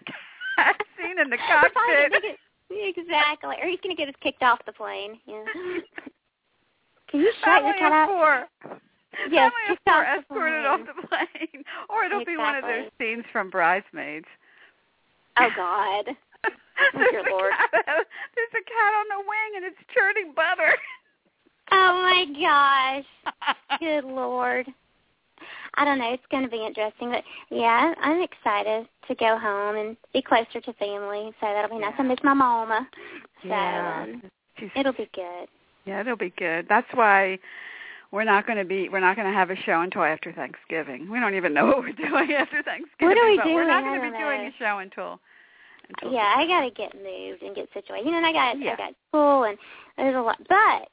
Seen in They're the probably gonna cockpit. make it- Exactly. Or he's going to get us kicked off the plane. Yeah. Can you shut your Family cat of up? four. Yes, Family of kicked four off the escorted off plane. the plane. Or it'll be one of those Exactly. scenes from Bridesmaids. Oh God. there's, dear a Lord. Cat, there's a cat on the wing and it's churning butter. Oh my gosh. Good Lord. I don't know. It's going to be interesting, but yeah, I'm excited to go home and be closer to family. So that'll be nice. I miss my mama. So yeah. um, She's- it'll be good. yeah, it'll be good. That's why we're not going to be we're not going to have a show until after Thanksgiving. We don't even know what we're doing after Thanksgiving. we but We're doing? I not going to be don't doing know. a show until until Yeah, I gotta get moved and get situated. You know, and I got Yeah. I got school and there's a lot. But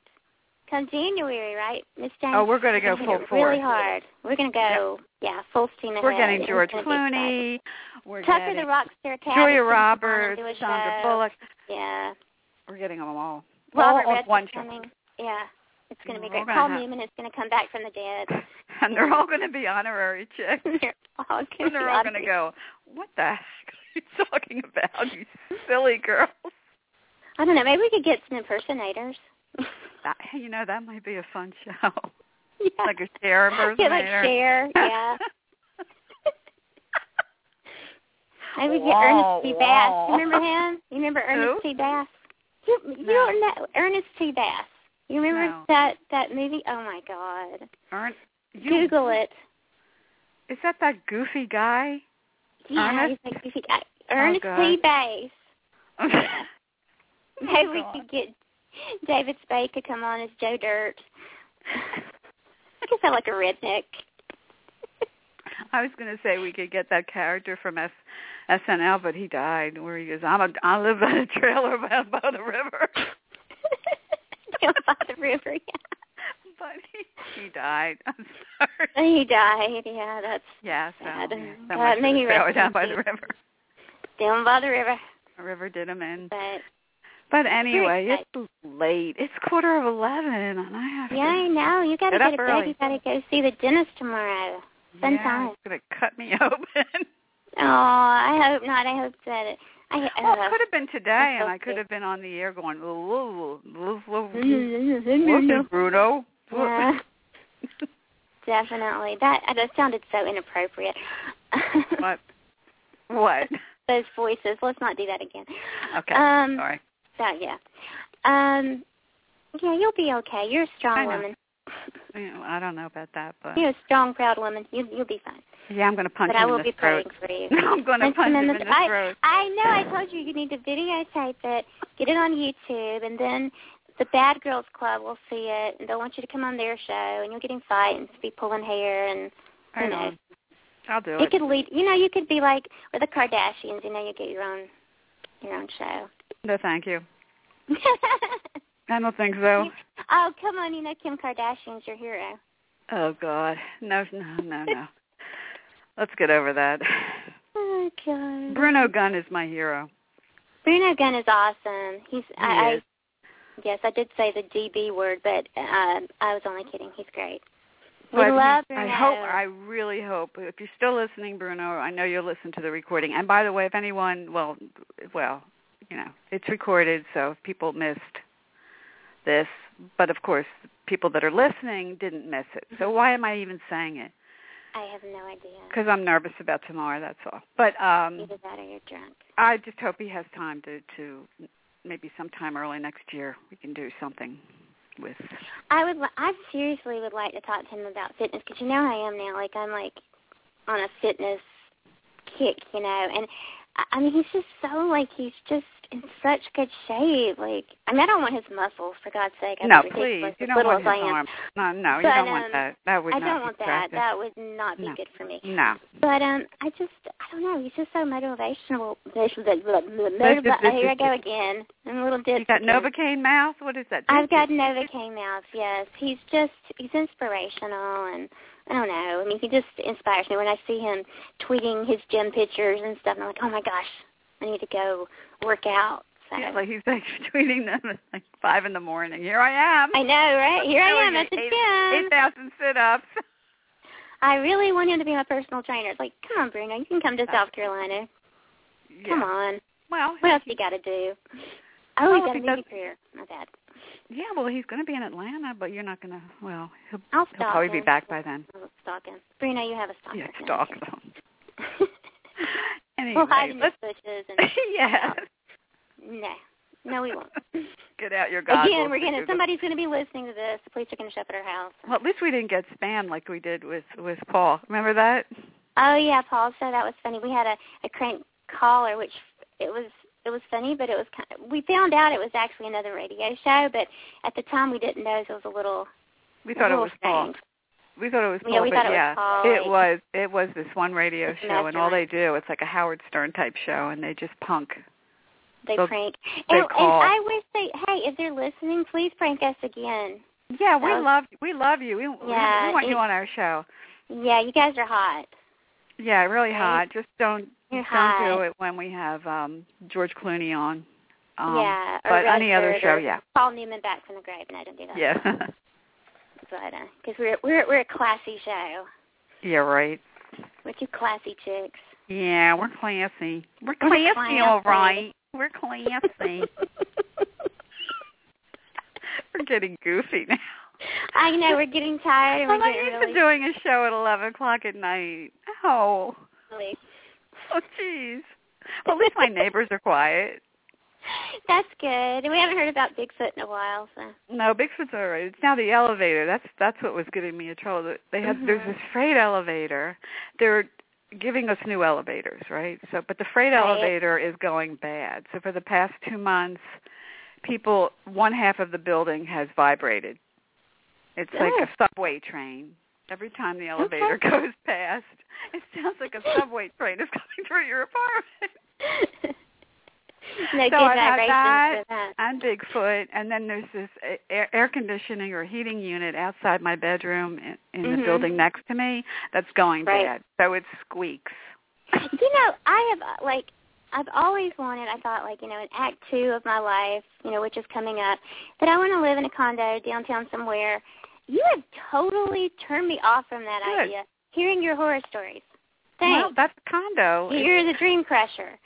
come January, right, Miss James? Oh, we're gonna go hit full it force. Really hard. We're gonna go. Yeah, full steam ahead. We're getting It's George gonna be exciting. Clooney. We're Tucker the getting Rockstar Cat. is Julia gonna come on and do Roberts, a Sandra show. Bullock. Yeah. We're getting them all. Robert all on Redford's one show. coming. Yeah, it's going to be We're great. gonna Paul have- Newman is going to come back from the dead. And they're all going to be honorary chicks. They're all And going they're all going to go, what the heck are you talking about, you silly girls? I don't know. Maybe we could get some impersonators. That, you know, that might be a fun show. yeah. Like a Cher Get like impersonator. Cher. Yeah. Maybe we get Wow, Ernest T. Bass. wow. You remember him? You remember Ernest T. Bass? You you No. don't know Ernest T. Bass. You remember No. that that movie? Oh my God! Ern- you, Google it. Is that that goofy guy? Yeah, Ernest? Oh, he's like goofy guy. Ernest T. God. Oh, Bass. Maybe we God. could get David Spade to come on as Joe Dirt. I could sound like a redneck. I was going to say we could get that character from S- SNL, but he died. Where he goes, I'm a, I live on a trailer by, by the river, Down by the river, yeah. but he, he died. I'm sorry. He died, yeah, that's Yeah, so, yeah, Sad. so God, much for may the he trailer rest down in by the peace. river. down by the river. The river did him in. But But anyway, it's late. It's quarter of eleven, and I have yeah, I to. know. You gotta Get up get, a early. bed, you gotta go see the dentist tomorrow. Fun yeah, time. It's gonna cut me open. Oh, I hope not. I hope that it, I, I Well, don't it know. could have been today, and so I could have been on the air going, "Ooh, ooh, ooh, ooh, Mm, ooh, Yeah, ooh, Bruno. definitely. That uh, that sounded so inappropriate. What? What? Those voices. Let's not do that again. Okay. Um, Sorry. So yeah. Um, yeah, you'll be okay. You're a I strong know. woman. You know, I don't know about that, but You're a strong, proud woman. You you'll be fine. yeah, I'm going to punch but him I will in be the throat. praying for you. I'm going to Punch punch him him in the- the throat. I know. I told you you need to videotape it, get it on YouTube, and then the Bad Girls Club will see it, and they'll want you to come on their show, and you'll get in fights, be pulling hair, and I you know, know. I'll do it it. could lead. You know, you could be like with the Kardashians. You know, you get your own your own show. No, thank you. I don't think so. oh come on, you know Kim Kardashian's your hero. Oh God, no, no, no, no. Let's get over that. Oh God. Bruno Gunn is my hero. Bruno Gunn is awesome. He's He I, is. I yes, I did say the DB word, but um, I was only kidding. He's great. We But love I Bruno. hope, I really hope, if you're still listening, Bruno, I know you'll listen to the recording. And by the way, if anyone, well, well, you know, it's recorded, so if people missed this, but of course, people that are listening didn't miss it. Mm-hmm. So why am I even saying it? I have no idea. Because I'm nervous about tomorrow. That's all. But um, Either that or you're drunk. I just hope he has time to to maybe sometime early next year we can do something with. I would. li- I seriously would like to talk to him about fitness because you know how I am now. Like I'm like on a fitness kick, you know. And I, I mean, he's just so like he's just in such good shape. Like I mean, I don't want his muscles for God's sake. I'm no, ridiculous, please, you as don't little want as his I am. arm. No, no, you But, don't want um, that. That would I not don't be want that. attractive. That would not be No. Mm. good for me. No, But um, I just I don't know. He's just so motivational. motivational. Here I go again. I'm a little dizzy. you got again. Novocaine mouth. What is that? I've got Novocaine mouth. Yes, he's just he's inspirational, and I don't know. I mean, he just inspires me when I see him tweeting his gym pictures and stuff. And I'm like, oh my gosh, I need to go work out. So. Yeah, like he's like tweeting them at like five in the morning. Here I am. I know, right? Here I Doing am at the eight- gym. Eight thousand sit-ups. I really want him to be my personal trainer. It's like, come on, Bruno, you can come to That's- South Carolina. Yeah. Come on. Well, What else you got to do? Oh, you Well, if got a he does- music career. My bad. yeah. Well, he's going to be in Atlanta, but you're not going to. Well, he'll, I'll he'll stalk probably him. be back by then. I'll stalk him. Bruno, you have a stalker. Yeah, No, stalk I'm them. kidding. Anyway, we'll hide in the let's, bushes and yeah, no, no, we won't. get out your goggles. Again, we're and gonna Google. somebody's gonna be listening to this. The police are gonna show up at our house. Well, at least we didn't get spam like we did with with Paul. Remember that? Oh yeah, Paul said that was funny. We had a a crank caller, which it was it was funny, but it was kind of, we found out it was actually another radio show, but at the time we didn't know, so it was a little We thought a it little was Paul. strange. We thought it was Oh, Yeah, Paul, we but thought it was yeah, Paul, it like- was it was this one radio It's show, and all they do it's like a Howard Stern type show, and they just punk. They They'll- prank. they and, call. and I wish they hey, if they're listening, please prank us again. Yeah, we So- love we love you. We we- Yeah, we want it- you on our show. Yeah, you guys are hot. Yeah, really Right? hot. Just don't You're don't do hot. it when we have um George Clooney on. Um, yeah. Or but any other Rutherford show, or yeah. Paul Newman back from the grave. No, don't do that. Yeah. But because we're we're we're a classy show. yeah, right. We're two classy chicks. Yeah, we're classy. We're We're classy, classy. all right. We're classy. we're getting goofy now. I know we're getting tired. And I'm we're not getting used really to doing a show at 11 o'clock at night. Oh, silly. oh, jeez. Well, at least my neighbors are quiet. That's good. And we haven't heard about Bigfoot in a while, so No, Bigfoot's all right. It's now the elevator. That's that's what was getting me in trouble. They have there's Mhm. this freight elevator. They're giving us new elevators, right? So, but the freight Right. elevator is going bad. So for the past two months, people one half of the building has vibrated. It's like a subway train. Every time the elevator Okay. goes past, it sounds like a subway train is coming through your apartment. no So good I've vibrations had that. for that. I'm Bigfoot, and then there's this a- air, air conditioning or heating unit outside my bedroom in, in the Mhm. building next to me that's going Right. bad. So it squeaks. You know, I have uh, like I've always wanted. I thought like you know, in Act Two of my life, you know, which is coming up, that I want to live in a condo downtown somewhere. You have totally turned me off from that Good. idea. Hearing your horror stories, Well, thanks. that's a condo. It- You're the dream crusher.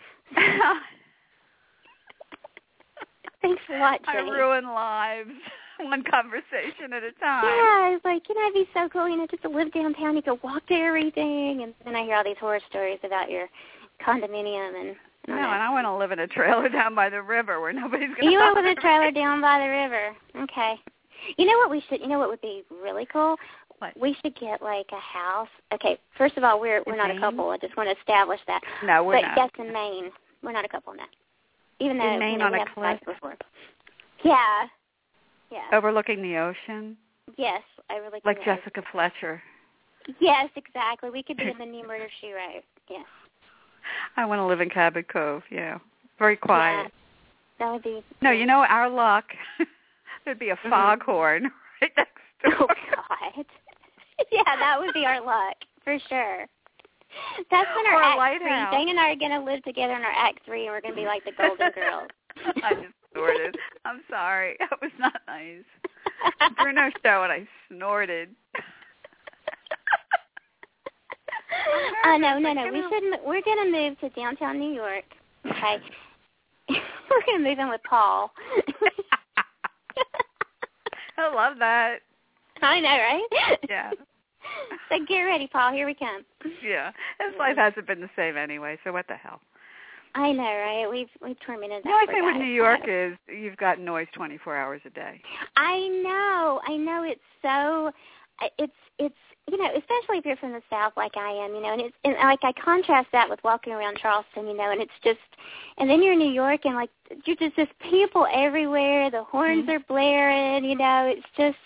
Thanks a lot, I Jenny. ruin lives one conversation at a time. Yeah, it's like, you know, it'd be so cool, you know, just to live downtown. You could walk to everything. And then I hear all these horror stories about your condominium and, and No, all that. and I want to live in a trailer down by the river where nobody's going to. You went with a trailer down by the river. Okay. You know what we should, you know what would be really cool? What? We should get like a house. Okay, first of all, we're we're In not Maine? a couple. I just want to establish that. No, we're but not. yes, in Maine, we're not a couple now. Even though In Maine you know, on we a have fights before. Yeah. Yeah. Overlooking the ocean, Yes, I really Oh. like can- Jessica Fletcher. Yes, exactly. We could be in the new murder she wrote. Yes. I want to live in Cabot Cove. Yeah, very Yeah. quiet. That would be. No, you know our luck. There'd be a foghorn right next Mm-hmm. Oh door. God. yeah, that would be our luck for sure. That's when Or our a act lighthouse. three. Dane and I are gonna live together in our act three, and we're gonna be like the Golden Girls. I just snorted. I'm sorry. That was not nice. Bruno show and I snorted. Oh no, no, no. Like, We you know- should. mo- We're gonna move to downtown New York. Okay. we're gonna move in with Paul. I love that. I know, right? Yeah. So get ready, Paul. Here we come. Yeah. His life hasn't been the same anyway, so what the hell? I know, right? We've we've tormented that. The only poor thing with guy. New York is you've got noise 24 hours a day. I know, I know. It's so, I- it's it's you know, especially if you're from the South like I am, you know, and it's and like I contrast that with walking around Charleston, you know, and it's just, and then you're in New York and like you're just just people everywhere. The horns Mhm. are blaring, you know. It's just,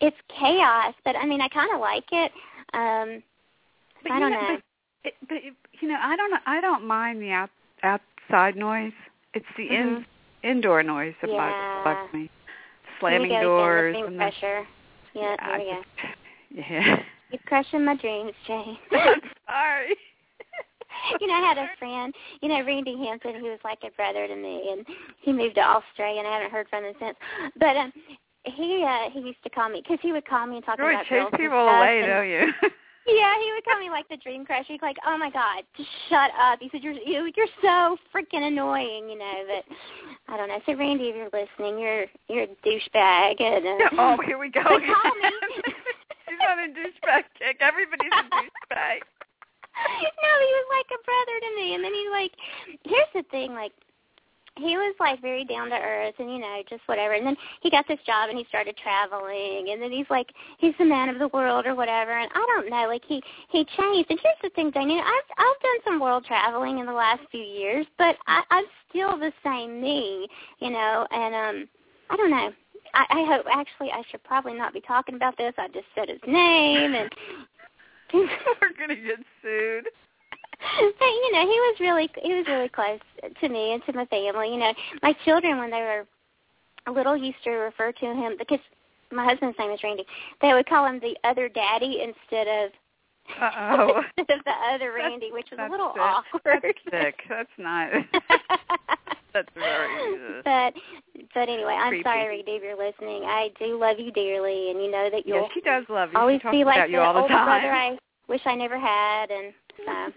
it's chaos. But I mean, I kind of like it. Um, But I you don't know, know. But, it- but it- you know, I don't I don't mind the out, outside noise. It's the in, Mhm. indoor noise that Yeah. bugs, bugs me. Here we Slamming go again, doors the and same the pressure. Yeah, Yeah, there I we go. just- Yeah. You're crushing my dreams, Jane. Sorry. you know, I had a friend, you know, Randy Hansen, who was like a brother to me, and he moved to Australia, and I haven't heard from him since. But um, he uh, he used to call me because he would call me and talk You really about chase girls and people stuff, away, and- don't you? Yeah, he would call me like the dream crusher. He'd be like, "Oh my God, just shut up!" He said, "You're you, you're so freaking annoying," you know. But I don't know. So Randy, if you're listening, you're you're a douchebag, and uh, oh, here we go. but call again. me. She's on a douchebag kick. Everybody's a douchebag. no, he was like a brother to me. And then he like, here's the thing, like. He was like very down to earth and you know just whatever. And then he got this job and he started traveling. And then he's like he's the man of the world or whatever. And I don't know, like he he changed. And here's the thing, Dana, I've I've done some world traveling in the last few years, but I, I'm still the same me, you know. And um, I don't know. I, I hope actually I should probably not be talking about this. I just said his name and We're gonna get sued. but you know, he was really he was really close to me and to my family. You know, my children when they were little used to refer to him because my husband's name is Randy. They would call him the other daddy instead of Uh-oh. instead of the other Randy, which was Oh. a That's little sick. awkward. That's sick. That's not. That's very. Uh, but but anyway, I'm Creepy. sorry, Randy, if you're listening. I do love you dearly, and you know that you'll yeah, she does love you. always she talks be like about the you all the older brother time. I wish I never had, and so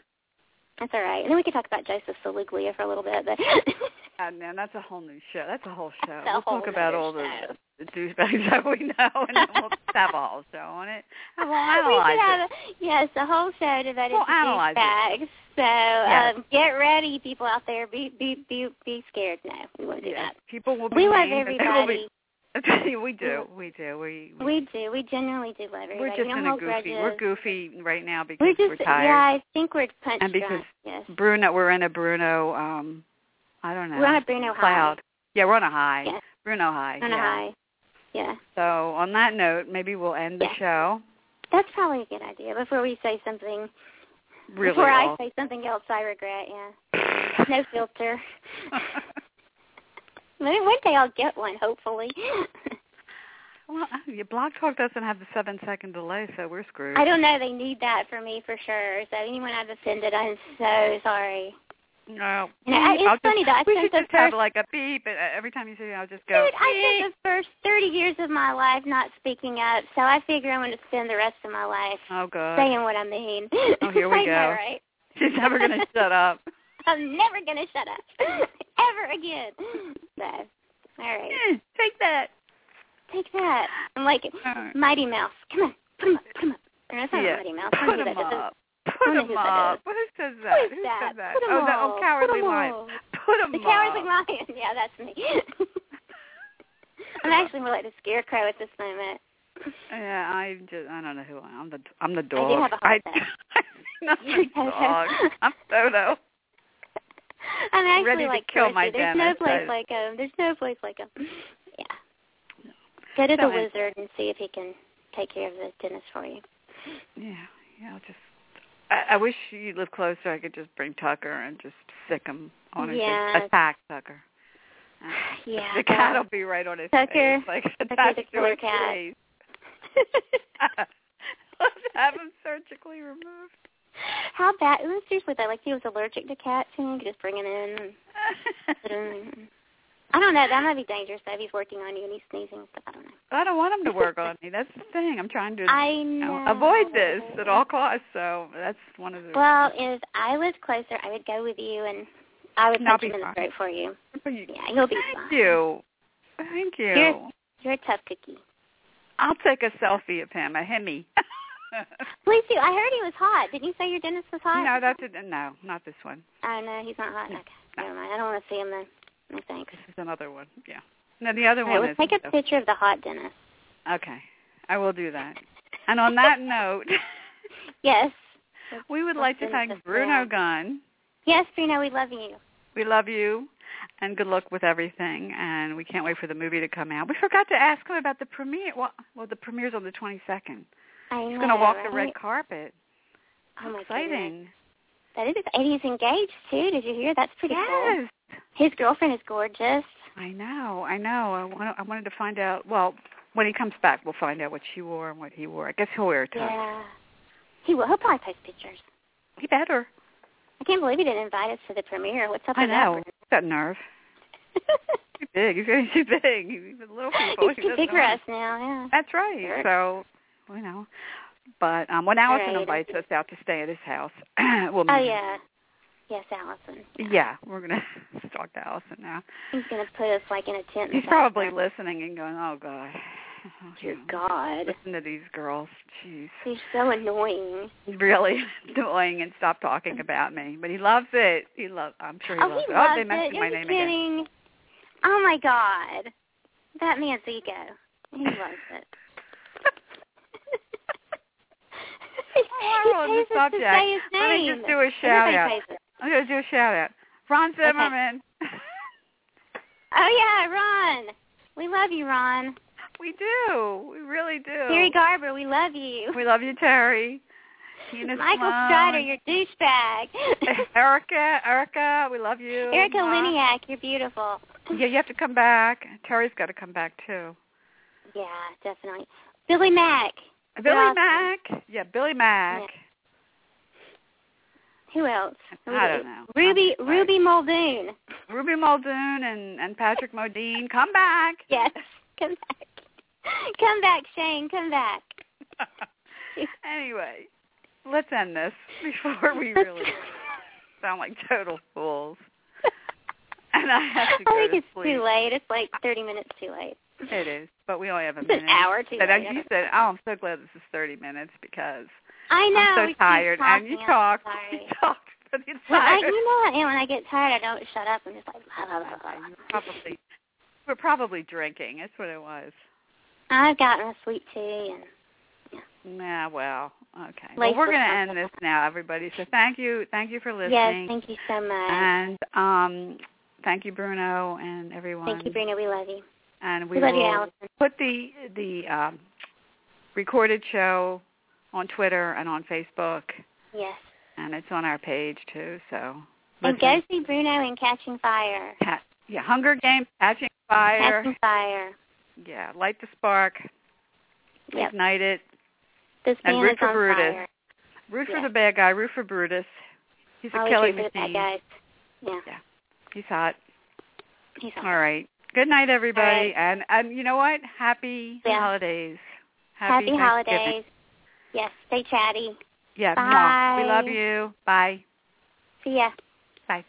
that's all right. And then we could talk about Joseph Saliglia for a little bit, but God, Uh, man, that's a whole new show. That's a whole show. That's a we'll whole talk about nother all the, show. the douchebags that we know, and then we'll have a whole show on it. And we'll we analyze should have it. a, yes, a whole show devoted We'll to analyze it. douchebags. So Yes. um, get ready, people out there. Be be be be scared. No, we won't do Yeah, that. people will be We love mean, but they will everybody. be- we do, we do, we, we We do. We genuinely do love everybody. we're we just don't in a hold goofy. grudges. We're goofy right now because We're just tired. yeah. I think we're punch And because- drunk. Yes. Bruno, we're in a Bruno. um I don't know. We're on a Bruno high. cloud. Yeah, we're on a high. Yeah. Bruno high. On a yeah. high. Yeah. So on that note, maybe we'll end the Yeah. show. That's probably a good idea. Before we say something, Really. before I all- say something else, I regret. Yeah, no filter. Maybe one day I'll get one. Hopefully, well, oh, your blog talk doesn't have the seven second delay, so we're screwed. I don't know. They need that for me for sure. So anyone I've offended, I'm so sorry. No. You know, I- it's I'll funny just, though. I we spent should the just have first- like a beep, and uh, every time you say it, I'll just go. Dude, I spent the first 30 years of my life not speaking up, so I figure I'm going to spend the rest of my life oh God, saying what I mean. Oh, here we I know, go. right? she's never gonna shut up. I'm never going to shut up ever again. So, All right. Eh, take that. Take that. I'm like All right. Mighty Mouse. Come on, put him up, put him up. Or it's not Yeah. Mighty Mouse. I Put know that him doesn't- up. Put I don't him know who that up. Who says that? Who is Who that? said that? Put 'em oh, the all. oh, Put cowardly 'em lion. all. Put him The up. Cowardly Lion. Yeah, that's me. I'm actually more like the Scarecrow at this eh? moment. Yeah, I just I don't know who I am. I'm the I'm the do dog. have a hard I, time. am the dog. I'm Toto. I'm actually Ready to like kill Dorothy. my There's damage. no place I- like him. There's no place like him. Yeah. Go to So the anyway. wizard and see if he can take care of the dentist for you. Yeah, yeah. I'll just I, I wish you lived closer. I could just bring Tucker and just sick him on his Yeah. attack Tucker. Uh, Yeah. the cat will be right on his Tucker- face, like the attached to killer his cat. face. Let's have him surgically removed. How bad? It was seriously bad. Like he was allergic to cats, and you could just bring him in. And put him in. Mm. I don't know. That might be dangerous though. If he's working on you and he's sneezing and stuff, I don't know. I don't want him to work on me. That's the thing. I'm trying to I you know, know. avoid this at all costs. So that's one of the. Well, if I lived closer, I would go with you, and I would Not punch him be in the fine. throat for you. You- Yeah, you'll be Thank fine. you. Thank you. You're- You're a tough cookie. I'll take a selfie of him, a Hemi. Please do. I heard he was hot. Didn't you say your dentist was hot? no, that's a, no, not this one. Oh no, he's not hot. No. Okay, never mind. I don't want to see him then. No thanks. This is another one. Yeah. No, the other All right, one let's is. take a picture of the hot dentist. Okay, I will do that. And on that note, Yes. we would Let's like to finish thank this Bruno round. Gunn. Yes, Bruno, we love you. We love you, and good luck with everything. And we can't wait for the movie to come out. We forgot to ask him about the premiere. Well, well the premiere's on the 22nd. I know. He's going to walk right? the red carpet. Oh my goodness. Exciting. That is, and he's engaged too. Did you hear? That's pretty cool. Yes. His girlfriend is gorgeous. I know, I know. I, want, I wanted to find out. Well, when he comes back, we'll find out what she wore and what he wore. I guess he'll wear a tux. Yeah. He will. He'll probably post pictures. He better. I can't believe he didn't invite us to the premiere. What's up I with that, know. He's got nerve. He's big. He's getting too big. He's a little people. Bruno? He's too doesn't big for want- us now. Yeah. That's right. So, you know. But um when Allison Right. invites us out to stay at his house, we'll meet Oh him. yeah. Yes, Allison. Yeah, we're gonna talk to Allison now. He's gonna put us like in a tent. in He's the probably backyard. listening and going, "Oh God, Oh, Dear you know, God, listen to these girls, jeez." he's so annoying. really annoying and stop talking about me. But he loves it. He loves. I'm sure he oh, loves he it. loves oh, they it. mentioned my Are you name again. kidding? Oh my God, that man's ego. He loves it. Oh, we're on he the pays us to subject. say his Let me name. just do a shout Everybody out. pays us. I'm gonna do a shout out. Ron Zimmerman. Oh yeah, Ron. We love you, Ron. we do. We really do. Terry Garber, we love you. We love you, Terry. Tina Michael Sloan. Strider, you're douchebag. Erica, Erica, we love you. Erica Ma. Liniak, you're beautiful. Yeah, you have to come back. Terry's got to come back too. Yeah, definitely. Billy Mack. Billy awesome. Mack. Yeah, Billy Mack. Who else? I don't know. Ruby I'm sorry. Ruby Muldoon. Ruby Muldoon and, and Patrick Modine, come back. Yes. Come back. Come back, Shane. Come back. anyway, let's end this before we really sound like total fools. And I have to I go think to it's sleep. too late. It's like 30 minutes too late. It is, but we only have a It's an minute. hour too But as late. you said, oh, I'm so glad this is 30 minutes because I know. I'm we so keep tired. And talking, you I'm talked, you sorry. talked for the Well, I, entire you know, and when I get tired, I don't shut up. I'm just like, blah, blah, blah, blah, You blah. probably, we're probably drinking. That's what it was. I've gotten a sweet tea, and Nah, well, okay. Like well, we're the- going to end this now, everybody. So thank you, thank you for yes, listening, thank you so much. and um, thank you, Bruno, and everyone. Thank you, Brina. We love you. And we, We, love will you, Allison. put the the um, recorded show on Twitter and on Facebook, Yes. and it's on our page too. So And go listen. see Bruno in Catching Fire. Ca- yeah, Hunger Games, Catching Fire, Catching Fire. yeah, Light the Spark, Yep. Ignite It, This And man root is for on Brutus. fire. Root Yeah. for the bad guy, root for Brutus. He's a Always killing root for the bad machine. guys. Yeah. He's hot. He's awesome. All right. Good night, everybody. All right. And and you know what? Happy Yeah. holidays. Happy, Thanksgiving. holidays. Yes. Stay chatty. Yeah. mwah. Bye. We love you. Bye. See ya. Bye.